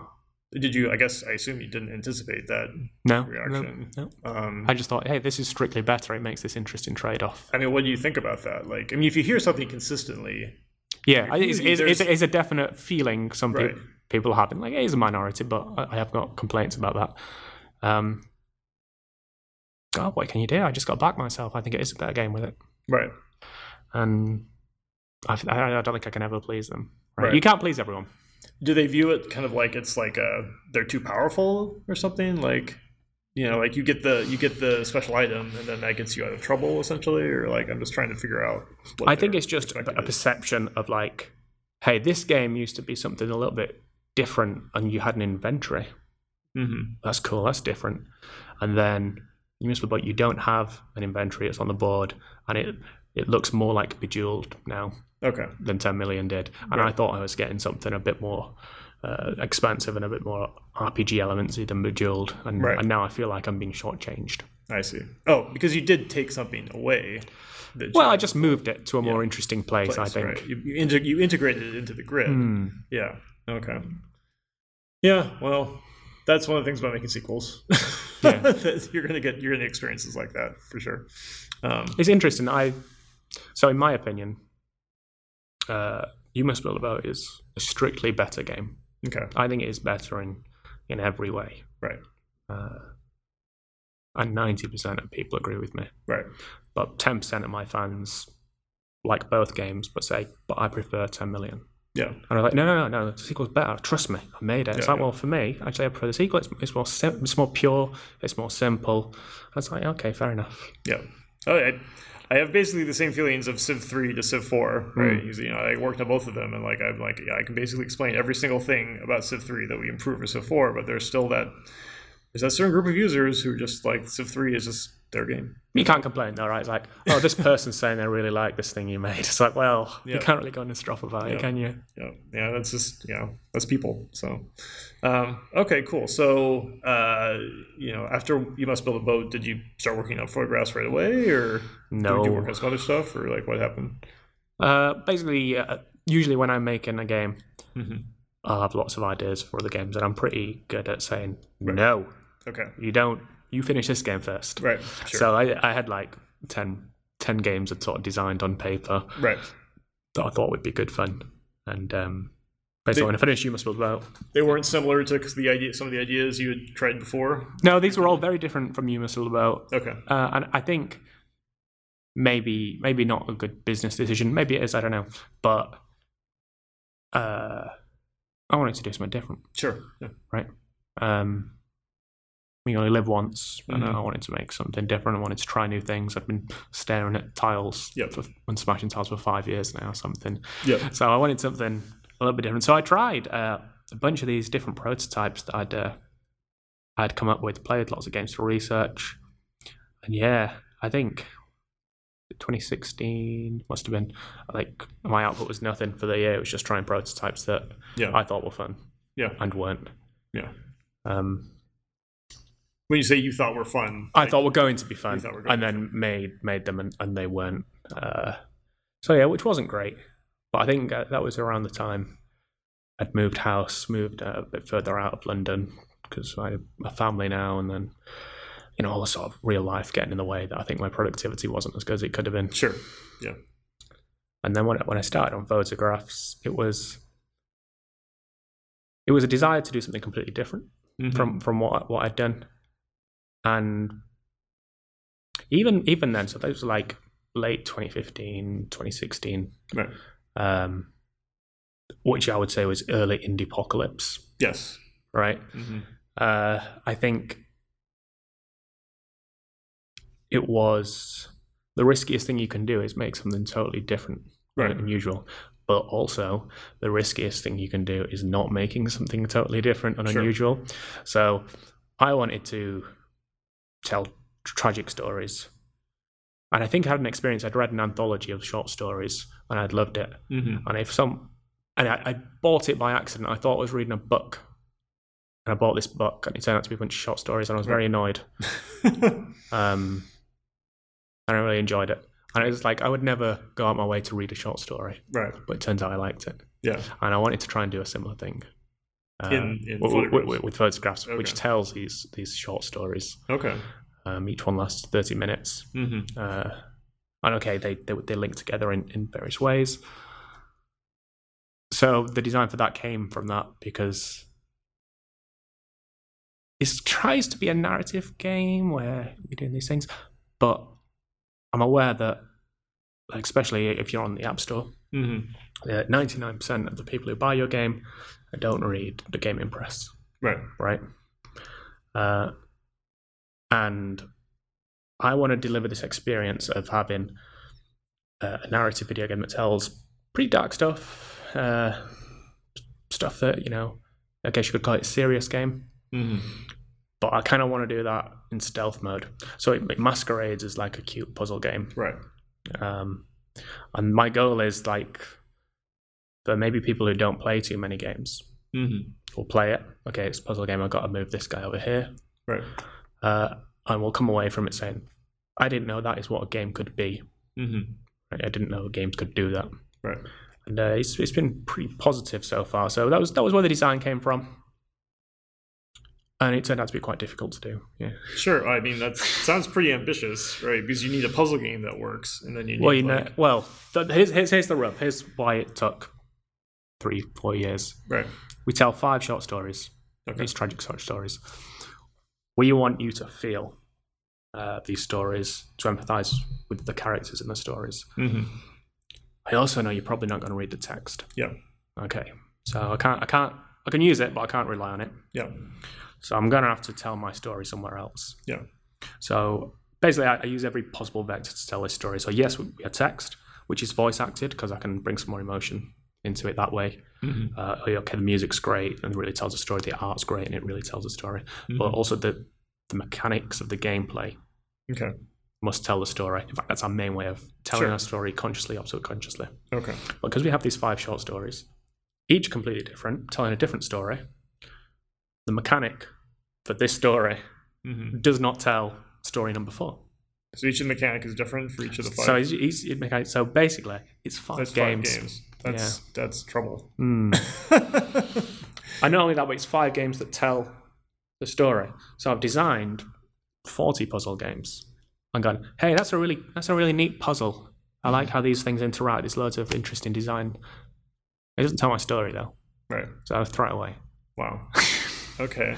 Did you? I guess I assume you didn't anticipate that
no,
reaction.
no, no.
Um,
I just thought, hey, this is strictly better. It makes this interesting trade off.
I mean, what do you think about that? Like, I mean, if you hear something consistently,
Yeah, I- it's,
really,
it's, it's,
there's-
it's a definite feeling some pe-
Right.
people have. And like, it is a minority, but I, I have got complaints about that. Um, God, what can you do? I just got back myself. I think it is a better game with it.
right?
And I, I, I don't think I can ever please them. Right?
Right.
You can't please everyone.
Do they view it kind of like it's like uh they're too powerful or something? Like, you know, like you get the you get the special item, and then that gets you out of trouble essentially, or like I'm just trying to figure out. What
I think
their
it's just a,
perspective
a
is.
perception of like, hey, this game used to be something a little bit different, and you had an inventory.
Mhm.
that's cool, that's different. And then you must but you don't have an inventory, it's on the board, and it it looks more like Bejeweled now
Okay.
than 10 million did. And I thought I was getting something a bit more uh, expansive and a bit more RPG elementsy than Bejeweled, and,
Right.
and now I feel like I'm being shortchanged.
I see. Oh, because you did take something away. That you-
Well, I just moved it to a more interesting place, I
place,
think.
right? You, you, inte- you integrated it into the grid.
Hmm.
Yeah. Okay. Yeah. Well, that's one of the things about making sequels.
Yeah.
That you're gonna get you're gonna experiences like that for sure. Um,
It's interesting. I so in my opinion, uh, you must build about is a strictly better game.
okay.
I think it is better in in every way.
Right.
uh, and ninety percent of people agree with me.
Right.
But ten percent of my fans like both games, but say, "But I prefer Ten Million.
Yeah.
And I'm like, "No, no, no, no. The sequel's better. Trust me, I made it." It's
Yeah,
like,
yeah.
"Well, for me, actually, I prefer the sequel. It's, it's more, sim- it's more pure. It's more simple." I was like, "Okay, fair enough."
Yeah. Oh, I, I have basically the same feelings of Civ three to Civ four.
Hmm.
Right. Because, You know, I worked on both of them, and like I'm like yeah, I can basically explain every single thing about Civ three that we improved with Civ four, but there's still that there's that certain group of users who just like Civ three is just their game.
You can't complain, though, right? It's like, "Oh, this person's saying they really like this thing you made." It's like, "Well,
Yeah.
you can't really go and strop about
Yeah.
it, can you?"
Yeah. Yeah. That's just you know that's people. So, um, okay, cool. So, uh, you know, after you must build a boat, did you start working on photographs right away, or
No.
did you work on some other stuff, or like what happened?
Uh, basically, uh, usually when I'm making a game, Mm-hmm.
Mhm.
I'll have lots of ideas for other games, and I'm pretty good at saying no.
Okay.
You don't. You finish this game first.
Right. Sure.
So I, I had like 10, 10 games that sort of designed on paper
right.
that I thought would be good fun, and um, basically
They-
when I finish, you must build well.
They weren't similar to the idea, some of the ideas you had tried before.
No, these were all very different from you must build well.
Okay.
Uh, and I think maybe maybe not a good business decision. Maybe it is. I don't know. But uh, I wanted to do something different.
Sure. Yeah.
um, we only live once, and
Mhm.
I wanted to make something different. I wanted to try new things. I've been staring at tiles
Yep.
for, and smashing tiles for five years now, or something.
Yeah.
So I wanted something a little bit different. So I tried uh, a bunch of these different prototypes that I'd uh, I'd come up with, played lots of games for research, and yeah, I think 2016 must have been like my output was nothing for the year. It was just trying prototypes that
Yeah.
I thought were fun.
Yeah.
and weren't.
Yeah.
Um,
When you say you thought were fun,
I
like,
thought were going to be fun,
thought were going
and
to be
then made made them, and, and they weren't. Uh, so yeah, which wasn't great. But I think uh, that was around the time I'd moved house, moved uh, a bit further out of London because I had a family now, and then you know all the sort of real life getting in the way that I think my productivity wasn't as good as it could have been.
sure.
And then when when I started on photographs, it was it was a desire to do something completely different
Mhm.
from from what what I'd done, and even even then, so that was like late 2015, 2016,
right.
um, which I would say was early indie apocalypse,
yes,
right?
hmm
Uh, I think it was the riskiest thing you can do is make something totally different
right.
unusual. But also, the riskiest thing you can do is not making something totally different and
Sure.
unusual. So, I wanted to tell tragic stories. And I think I had an experience. I'd read an anthology of short stories and I'd loved it.
hmm
And if some, and I, I bought it by accident. I thought I was reading a book. And I bought this book and it turned out to be a bunch of short stories and I was very annoyed. Um, and I really enjoyed it. And it was like, I would never go out my way to read a short story
right.
but it turns out I liked it,
Yeah.
and I wanted to try and do a similar thing uh,
In- in
with, with-
photographs.
with- with photographs, which
Okay.
tells these these short stories.
Okay.
Um, each one lasts thirty minutes,
Mm-hmm.
uh, and okay, they, they they link together in, in various ways. So the design for that came from that because it tries to be a narrative game where you're doing these things, but I'm aware that, like, especially if you're on the App Store,
Mm-hmm.
uh, 99% of the people who buy your game don't read the gaming press,
Right.
right? Uh, and I want to deliver this experience of having uh, a narrative video game that tells pretty dark stuff, uh, stuff that, you know, I guess you could call it a serious game,
Mm-hmm.
but I kind of want to do that in stealth mode. So it, it masquerades as like a cute puzzle game
Right.
um, and my goal is like for maybe people who don't play too many games
Mm-hmm.
will play it okay it's a puzzle game i've got to move this guy over here
Right.
uh, and we'll come away from it saying i didn't know that is what a game could be
Mm-hmm.
i didn't know games could do that
Right.
and uh, it's, it's been pretty positive so far so that was that was where the design came from and it turned out to be quite difficult to do yeah
Sure. I mean, that sounds pretty ambitious, right? Because you need a puzzle game that works, and then you need
well you know
like,
well th- here's, here's, here's the rub here's why it took three four years
right.
We tell five short stories,
Okay.
these tragic short stories. We want you to feel uh, these stories, to empathize with the characters in the stories.
Mm-hmm.
I also know you're probably not going to read the text.
Yeah.
Okay. So I can't, I can't, I can use it, but I can't rely on it.
Yeah.
So I'm going to have to tell my story somewhere else.
Yeah.
So basically, I, I use every possible vector to tell this story. So, yes, we we have text, which is voice acted because I can bring some more emotion into it that way.
Mm-hmm.
uh, oh, yeah, okay, the music's great and it really tells a story. The art's great and it really tells a story.
Mm-hmm.
But also the the mechanics of the gameplay
Okay.
must tell the story. In fact, that's our main way of telling
Sure.
our story consciously or subconsciously.
Okay.
Because we have these five short stories, each completely different, telling a different story. The mechanic for this story
Mm-hmm.
does not tell story number four.
So each mechanic is different for each of the five.
So, it's, it's, it mecha- so basically, it's five
that's
games.
five games. That's that's trouble.
Mm. and not only that, but it's five games that tell the story. So I've designed forty puzzle games. and gone, hey, that's a really that's a really neat puzzle. I like how these things interact. There's loads of interesting design. It doesn't tell my story though,
right.
so I throw it away.
Wow. okay.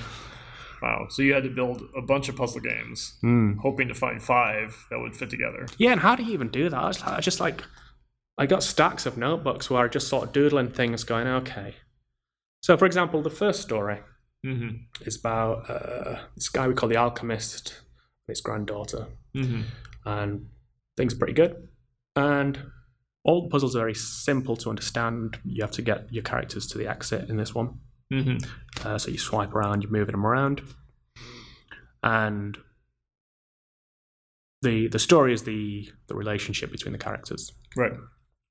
Wow. So you had to build a bunch of puzzle games, hoping to find five that would fit together.
Yeah, and how do you even do that? I was, I just like, I got stacks of notebooks where I just sort of doodling things, going, okay. So, for example, the first story
Mm-hmm.
is about uh, this guy we call the alchemist and his granddaughter.
Mm-hmm.
and things are pretty good. And all the puzzles are very simple to understand. You have to get your characters to the exit in this one.
Mm-hmm.
Uh, so you swipe around, you're moving them around. And the the story is the the relationship between the characters.
Right.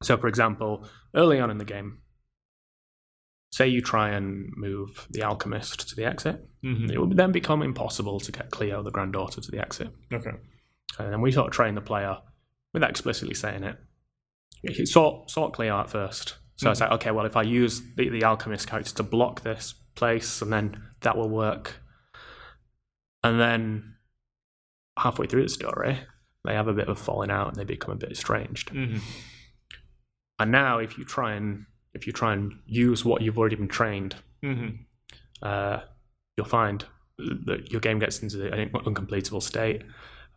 So for example, early on in the game, say you try and move the alchemist to the exit,
Mm-hmm.
it will then become impossible to get Cleo, the granddaughter, to the exit.
Okay.
And then we sort of train the player without explicitly saying it. It sort sort Cleo out first. So it's like, okay, well, if I use the, the alchemist character to block this place, and then that will work. And then halfway through the story, they have a bit of falling out and they become a bit estranged.
Mhm.
And now, if you try and if you try and use what you've already been trained,
Mhm.
uh, you'll find that your game gets into an uncompletable state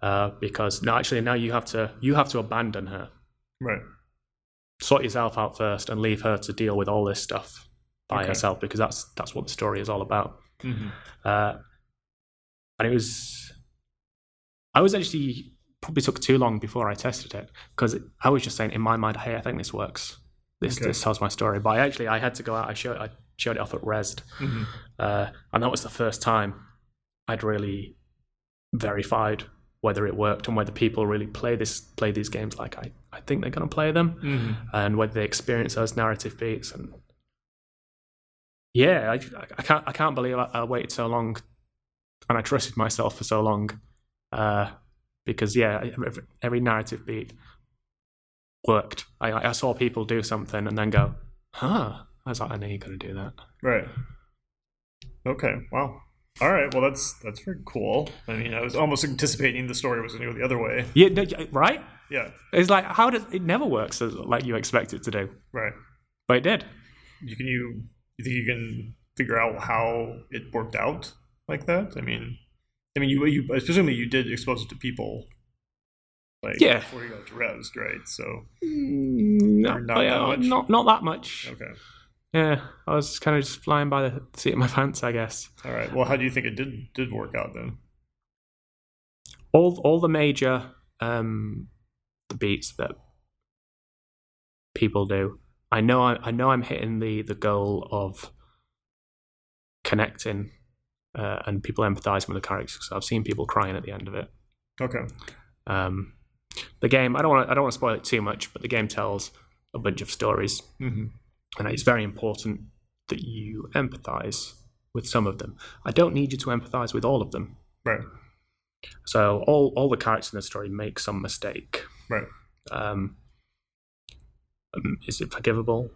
uh, because no, actually now you have to you have to abandon her,
Right.
sort yourself out first, and leave her to deal with all this stuff by
Okay.
herself because that's that's what the story is all about.
Mhm.
Uh, and it was, I was actually probably took too long before I tested it because I was just saying in my mind, hey, I think this works. This
Okay.
this tells my story. But I actually I had to go out. I showed I showed it off at Rest,
Mhm.
uh, and that was the first time I'd really verified whether it worked and whether people really play this play these games like I, I think they're going to play them
Mhm.
and whether they experience those narrative beats and yeah i, I can't i can't believe I, I waited so long and i trusted myself for so long uh because yeah I- every, every narrative beat worked I, I saw people do something and then go huh i was like i know you're going to do that
Right. Okay. Wow. All right. Well, that's that's very cool. I mean, I was almost anticipating the story was going to go the other way.
yeah no, y- right
Yeah.
it's like how does it never works as, like you expect it to do
Right.
but it did
You can you you think you can figure out how it worked out like that? I mean, I mean, you you presumably you did expose it to people. Like
Yeah.
before you got to res, right? So
not,
Mm, not that much?
not, not that much
okay,
yeah i was kind of just flying by the seat of my pants i guess
all right. Well, how do you think it did did work out then?
all all the major um the beats that people do i know i, I know i'm hitting the the goal of connecting uh, and people empathizing with the characters 'cause i've seen people crying at the end of it
Okay.
um the game i don't want i don't want to spoil it too much but the game tells a bunch of stories
Mm-hmm.
and it's very important that you empathize with some of them i don't need you to empathize with all of them
Right.
so all all the characters in the story make some mistake.
Right.
Um, um, is it forgivable?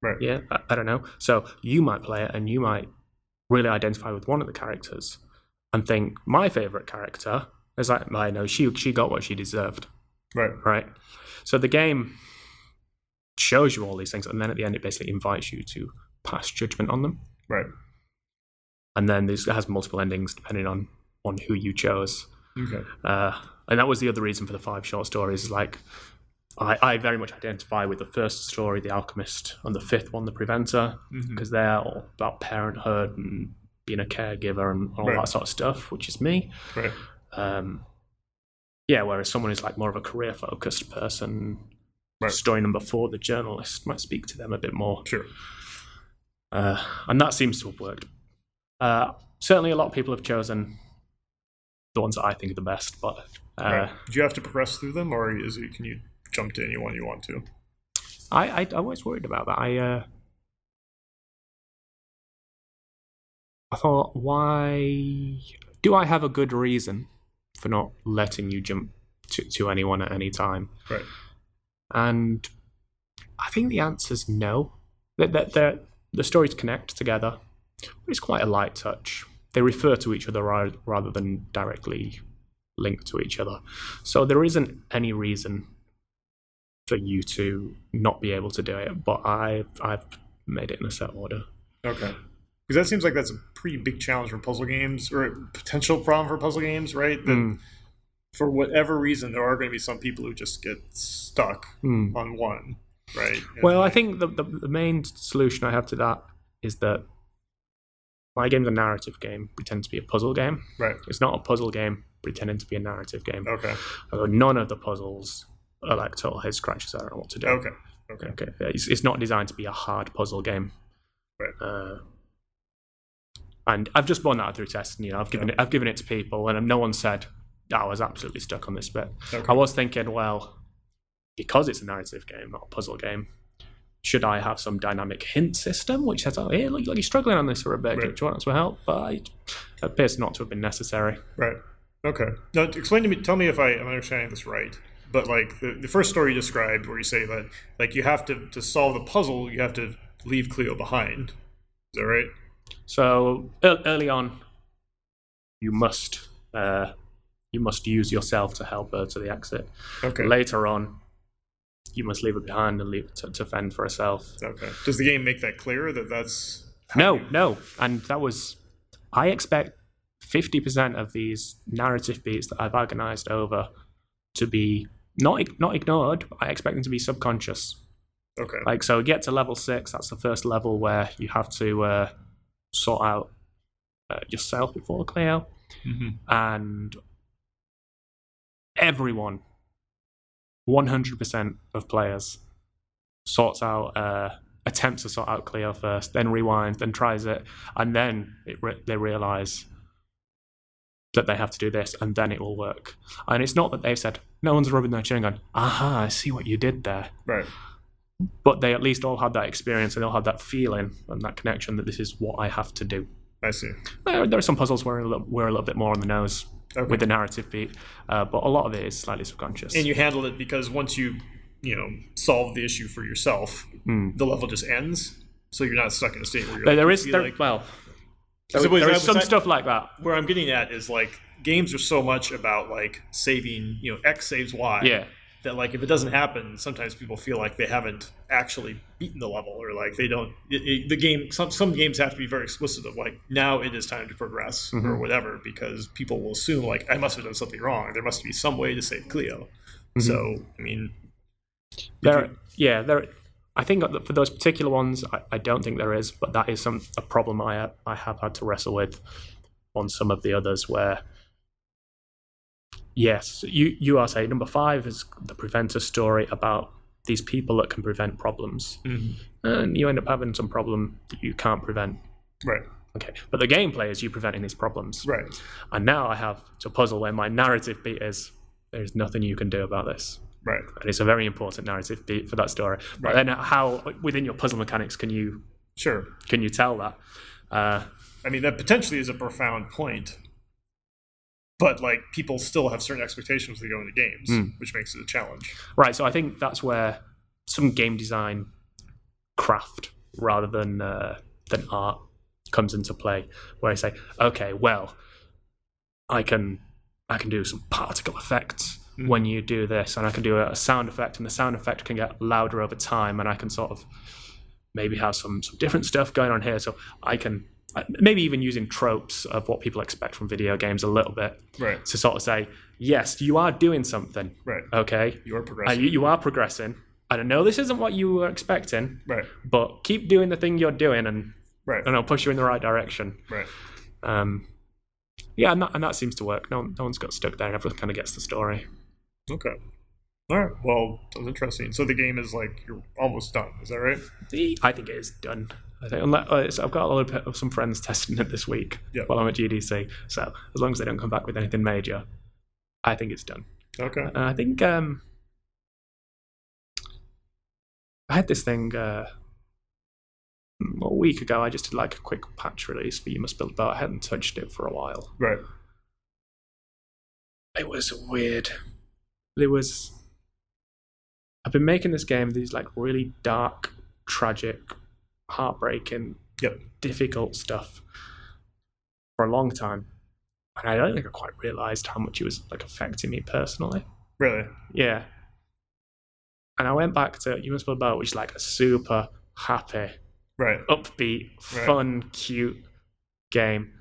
Right.
Yeah, I, I don't know. So you might play it, and you might really identify with one of the characters, and think my favorite character is like, I know she she got what she deserved,
Right.
right? So the game shows you all these things, and then at the end, it basically invites you to pass judgment on them,
Right.
and then this it has multiple endings depending on on who you chose.
Okay.
Uh, and that was the other reason for the five short stories. Is like, I, I very much identify with the first story, The Alchemist, and the fifth one, The Preventer,
Mhm.
because they're all about parenthood and being a caregiver and all
Right.
that sort of stuff, which is me.
Right.
Um, yeah, whereas someone who's like more of a career focused person,
Right.
story number four, The Journalist, might speak to them a bit more.
Sure.
Uh, and that seems to have worked. Uh, certainly, a lot of people have chosen the ones that I think are the best, but. Uh,
right. Do you have to progress through them, or is it, can you jump to anyone you want to?
I, I I was worried about that. I uh, I thought, why do I have a good reason for not letting you jump to, to anyone at any time?
Right.
And I think the answer's no. That that the the stories connect together. It's quite a light touch. They refer to each other ra- rather than directly linked to each other. So there isn't any reason for you to not be able to do it, but I I've made it in a set order.
Okay. Because that seems like that's a pretty big challenge for puzzle games, or a potential problem for puzzle games, right? That
Mm.
for whatever reason, there are going to be some people who just get stuck
Mm.
on one, right? And-
Well, I think the, the the main solution I have to that is that my game's a narrative game, pretend to be a puzzle game.
right.
It's not a puzzle game pretending to be a narrative game.
Okay.
Although none of the puzzles are like total head scratches. I don't know what to do.
Okay. Okay.
Okay. It's, it's not designed to be a hard puzzle game.
Right.
Uh, and I've just borne that out through testing. You know, I've given it. I've given it to people, and no one said "Oh, I was absolutely stuck on this bit.
Okay.
I was thinking, well, because it's a narrative game, not a puzzle game, should I have some dynamic hint system which says, "Oh, hey, look, look, you're struggling on this for a bit.
Right.
Do you want some help?" But it appears not to have been necessary.
Right. Okay. Now, explain to me. Tell me if I am understanding this right. But like the, the first story you described, where you say that like you have to to solve the puzzle, you have to leave Cleo behind. Is that right?
So ear- early on, you must uh, you must use yourself to help her to the exit.
Okay.
Later on, you must leave her behind and leave her to, to fend for herself.
Okay. Does the game make that clear that that's
No, no. And that was, I expect 50% of these narrative beats that I've agonized over to be not ig- not ignored. but I expect them to be subconscious.
okay?
Like, so get to level six. That's the first level where you have to uh, sort out uh, yourself before Cleo.
Mhm.
And everyone, 100% of players, sorts out, uh, attempts to sort out Cleo first, then rewinds, then tries it, and then it re- they realize that they have to do this, and then it will work. And it's not that they've said, no one's rubbing their chin and going, aha, I see what you did there
Right.
but they at least all had that experience and they all had that feeling and that connection that this is what I have to do.
I see.
There, there are some puzzles where we're a little, we're a little bit more on the nose
Okay.
with the narrative beat, uh, but a lot of it is slightly subconscious.
and you handle it because once you you know solve the issue for yourself,
Hmm.
the level just ends. So you're not stuck in a state where you're
There-
like,
there
you
is
feel
there,
like-
well,
So
there,
was-
there
I
is some
was-
stuff like that.
where I'm getting at is like games are so much about like saving, you know, X saves Y.
Yeah,
That like if it doesn't happen, sometimes people feel like they haven't actually beaten the level, or like they don't. It, it- the game. Some some games have to be very explicit of like now it is time to progress
Mm-hmm.
or whatever, because people will assume like I must have done something wrong. There must be some way to save Cleo.
Mm-hmm.
So I mean,
there. Yeah, there. I think that for those particular ones, I, I don't think there is, but that is some a problem I I have had to wrestle with on some of the others where. Yes, you, you are saying number five is the preventer story about these people that can prevent problems.
Mm-hmm.
and you end up having some problem that you can't prevent.
right,
Okay, but the gameplay is you preventing these problems.
right,
And now I have a puzzle where my narrative beat is there's nothing you can do about this.
right,
And it's a very important narrative beat for that story. But
Right.
then how within your puzzle mechanics can you
sure.
can you tell that? Uh,
I mean, that potentially is a profound point. But like people still have certain expectations when they go into games,
Hmm.
which makes it a challenge.
right, so I think that's where some game design craft rather than uh, than art comes into play where I say, okay, well, I can I can do some particle effects when you do this, and I can do a, a sound effect, and the sound effect can get louder over time, and I can sort of maybe have some some different stuff going on here. So I can I- maybe even using tropes of what people expect from video games a little bit,
Right.
To sort of say, yes, you are doing something,
Right.
Okay,
You are
and
progressing.
you, you are progressing. I don't know this isn't what you were expecting,
right.
but keep doing the thing you're doing, and
Right.
and I'll push you in the right direction.
Right.
Um, yeah, and that, and that seems to work. No, no one's got stuck there, and everyone kind of gets the story.
Okay. All right. Well, that's interesting. So the game is like you're almost done. Is that right?
The- I think it is done. I think unless, uh, so I've got a little bit of some friends testing it this week
Yeah.
while I'm at GDC. So as long as they don't come back with anything major, I think it's done.
Okay.
And I think um, I had this thing uh, a week ago. I just did like a quick patch release for You Must Build Boat. I hadn't touched it for a while.
Right.
it was weird. There was. I've been making this game these like really dark, tragic, heartbreaking,
Yep.
difficult stuff for a long time, and I don't think I quite realized how much it was like affecting me personally.
Really.
Yeah. And I went back to You Must Build a Boat, which is like a super happy,
Right.
upbeat,
Right.
fun, cute game.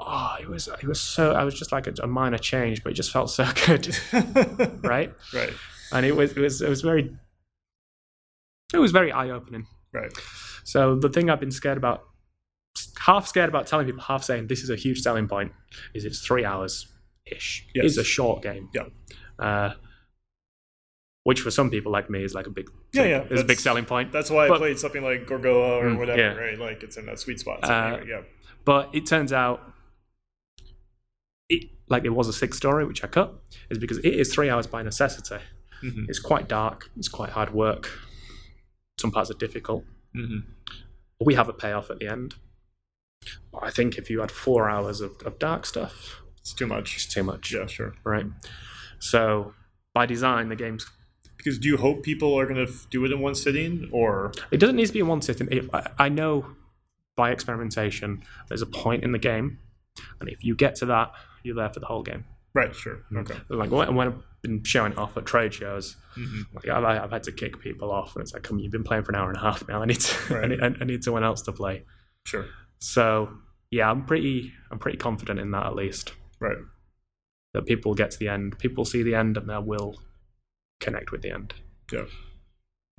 Oh, it was it was so I was just like a, a minor change, but it just felt so good,
right.
right?
Right.
and it was it was it was very it was very eye opening.
Right.
So the thing I've been scared about, half scared about telling people, half saying this is a huge selling point, is it's three hours ish.
Yes.
It's a short game.
Yeah.
Uh, which for some people like me is like a big
Yeah, yeah,
is a big
that's-
selling point.
That's why I
But-
played something like Gorgoa or
Mm,
whatever,
yeah.
right? Like it's in that sweet spot. So
Uh,
anyway, yeah.
But it turns out, it, like it was a six story, which I cut, is because it is three hours by necessity.
Mhm.
It's quite dark. It's quite hard work. some parts are difficult.
hmm
We have a payoff at the end. But I think if you had four hours of, of dark stuff,
It's too much.
it's too much.
Yeah, sure.
Right. So by design, the game's
Because do you hope people are going to do it in one sitting, or
It doesn't need to be in one sitting. If I, I know by experimentation, there's a point in the game, and if you get to that, you're there for the whole game.
right? Sure. Okay.
Like when, when I've been showing it off at trade shows,
Mhm.
like I've, I've had to kick people off, and it's like, come, you've been playing for an hour and a half now. I need to, I,
Right.
need, I need someone else to play.
Sure.
So yeah, I'm pretty, I'm pretty confident in that at least
Right.
that people will get to the end, people see the end, and they will connect with the end.
Yeah.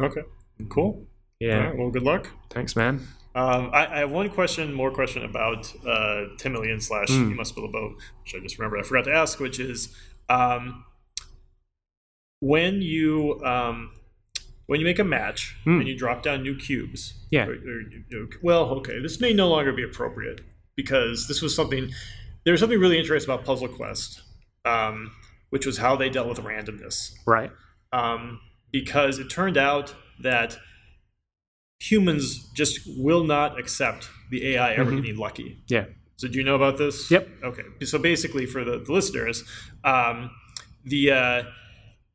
Okay. Cool. All
Yeah,
right, well, good luck.
thanks, man.
Um, I, I have one question, more question about uh, Timillion slash
Mm.
You Must Build a Boat, which I just remembered I forgot to ask, which is um, when you um, when you make a match
Mm.
and you drop down new cubes.
Yeah.
or- or- or- well, okay, this may no longer be appropriate because this was something. There was something really interesting about Puzzle Quest, um, which was how they dealt with randomness
Right.
um, because it turned out that humans just will not accept the AI ever getting lucky.
Yeah.
So, do you know about this?
Yep.
Okay. So, basically, for the, the listeners, um, the uh,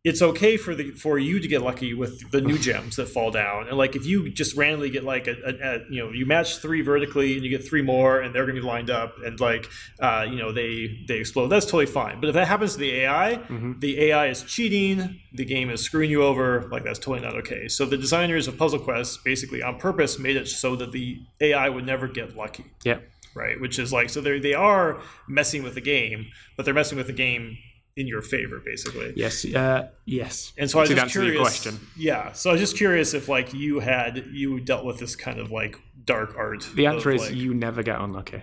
it's okay for the for you to get lucky with the new gems that fall down, and like if you just randomly get like a, a, a you know you match three vertically and you get three more, and they're going to be lined up, and like uh, you know they they explode. That's totally fine. But if that happens to the AI, the AI is cheating, the game is screwing you over. Like that's totally not okay. So the designers of Puzzle Quest basically on purpose made it so that the AI would never get lucky
Yeah.
right? Which is like so they they are messing with the game, but they're messing with the game in your favor, basically.
Yes. Uh, yes.
And so I was
To
just
answer your
curious.
question.
Yeah, so I was just curious if like you had you dealt with this kind of like dark art.
The answer
of,
is
like,
you never get unlucky.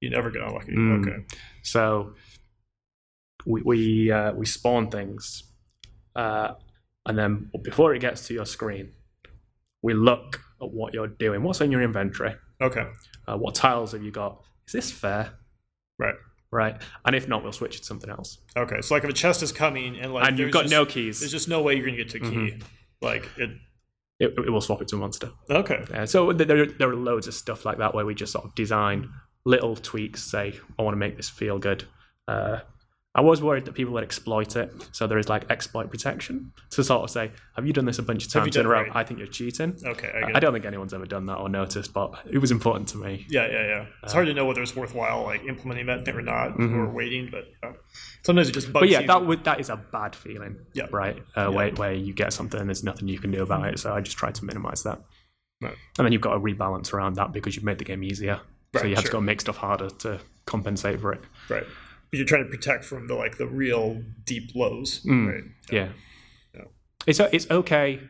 you never get unlucky.
Mm.
Okay,
So we we uh, we spawn things, uh, and then before it gets to your screen, we look at what you're doing. What's on your inventory?
okay,
Uh, what tiles have you got? Is this fair?
right,
Right. And if not, we'll switch to something else.
okay. So like if a chest is coming and like
and you've got
there's just-
no Mm-hmm.
there's
keys.
just no way you're gonna get to a key. Like it.
It, it will swap it to a monster.
Okay,
Uh, so th- there, there are loads of stuff like that where we just sort of design little tweaks. Say, I want to make this feel good. Uh, I was worried that people would exploit it, so there is like exploit protection to sort of say, "Have you done this a bunch of
Have you
times in a
done-
row?
right.
I think you're cheating."
okay. I,
I,
get
I
it.
don't think anyone's ever done that or noticed, but it was important to me.
Yeah, yeah, yeah. It's
uh,
hard to know whether it's worthwhile like implementing that thing or not, or waiting. But uh, sometimes it just bugs
Mm-hmm. But yeah,
you.
that would that is a bad feeling,
Yeah.
right? Uh, Where where you get something and there's nothing you can do about it. So I just try to minimize that,
Right.
and then you've got to rebalance around that because you've made the game easier. so
Right,
you have
sure.
to go make stuff harder to compensate for it.
Right. But you're trying to protect from the like the real deep lows.
Mm.
Right.
Yeah.
Yeah.
It's it's okay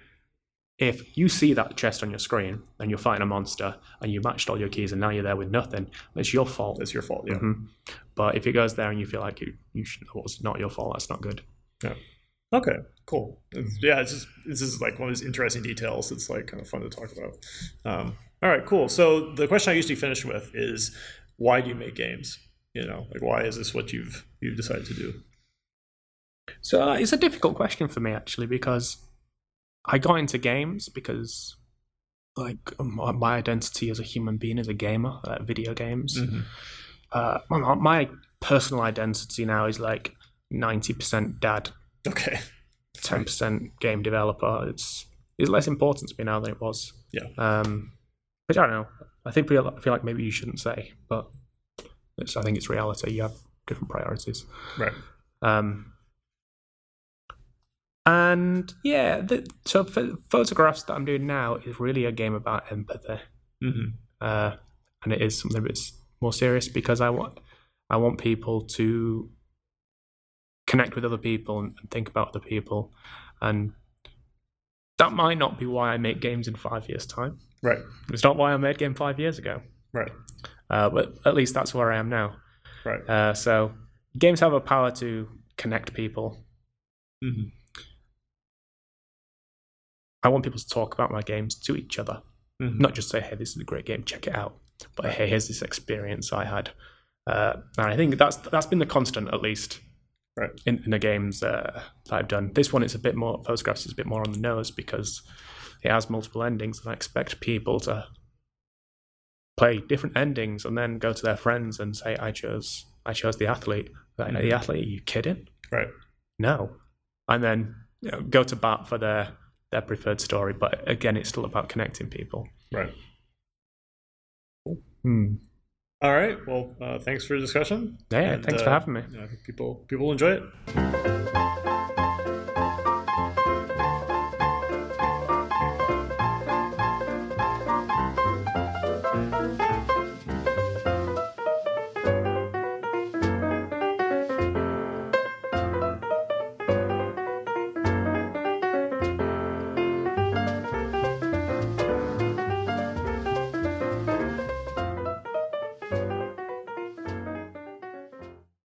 if you see that chest on your screen and you're fighting a monster and you matched all your keys and now you're there with nothing. It's your fault. Mm-hmm.
That's your fault. Yeah.
But if it goes there and you feel like you you should, well, it's not your fault. That's not good.
Okay. Cool. It's- yeah. It's just this is like one of those interesting details. It's like kind of fun to talk about. Um, all right. Cool. So the question I usually finish with is, why do you make games? You know, like why is this what you've you've decided to do?
So uh, it's a difficult question for me actually because I got into games because like my my identity as a human being is a gamer, like video games. Uh, my, my personal identity now is like ninety percent dad,
Okay.
ten percent game developer. It's it's less important to me now than it was.
Yeah.
Um, which I don't know. I think we I feel like maybe you shouldn't say, but it's, I think it's reality. You have different priorities.
Right.
Um, and yeah, the, so ph photographs that I'm doing now is really a game about empathy,
Mm-hmm.
uh, and it is something that's more serious because I want I want people to connect with other people and, and think about other people, and that might not be why I make games in five years' time.
Right.
It's not why I made game five years ago,
Right.
uh, but at least that's where I am now.
Right.
Uh, so games have a power to connect people
Mm-hmm.
I want people to talk about my games to each other,
Mhm.
not just say, "Hey, this is a great game, check it out," but "Hey, here's this experience I had." Uh, and I think that's that's been the constant, at least,
Right.
in, in the games uh, that I've done. This one, it's a bit more photographs is a bit more on the nose because it has multiple endings, and I expect people to play different endings and then go to their friends and say, "I chose, I chose the athlete." Like, The athlete? Are you kidding?
Mm-hmm. Right.
No, and then you know, go to bat for their their preferred story. But again, it's still about connecting people.
Right.
Hmm.
All right. Well, uh, thanks for the discussion.
Yeah,
And,
thanks
uh,
for having me.
you know, I think people people enjoy it.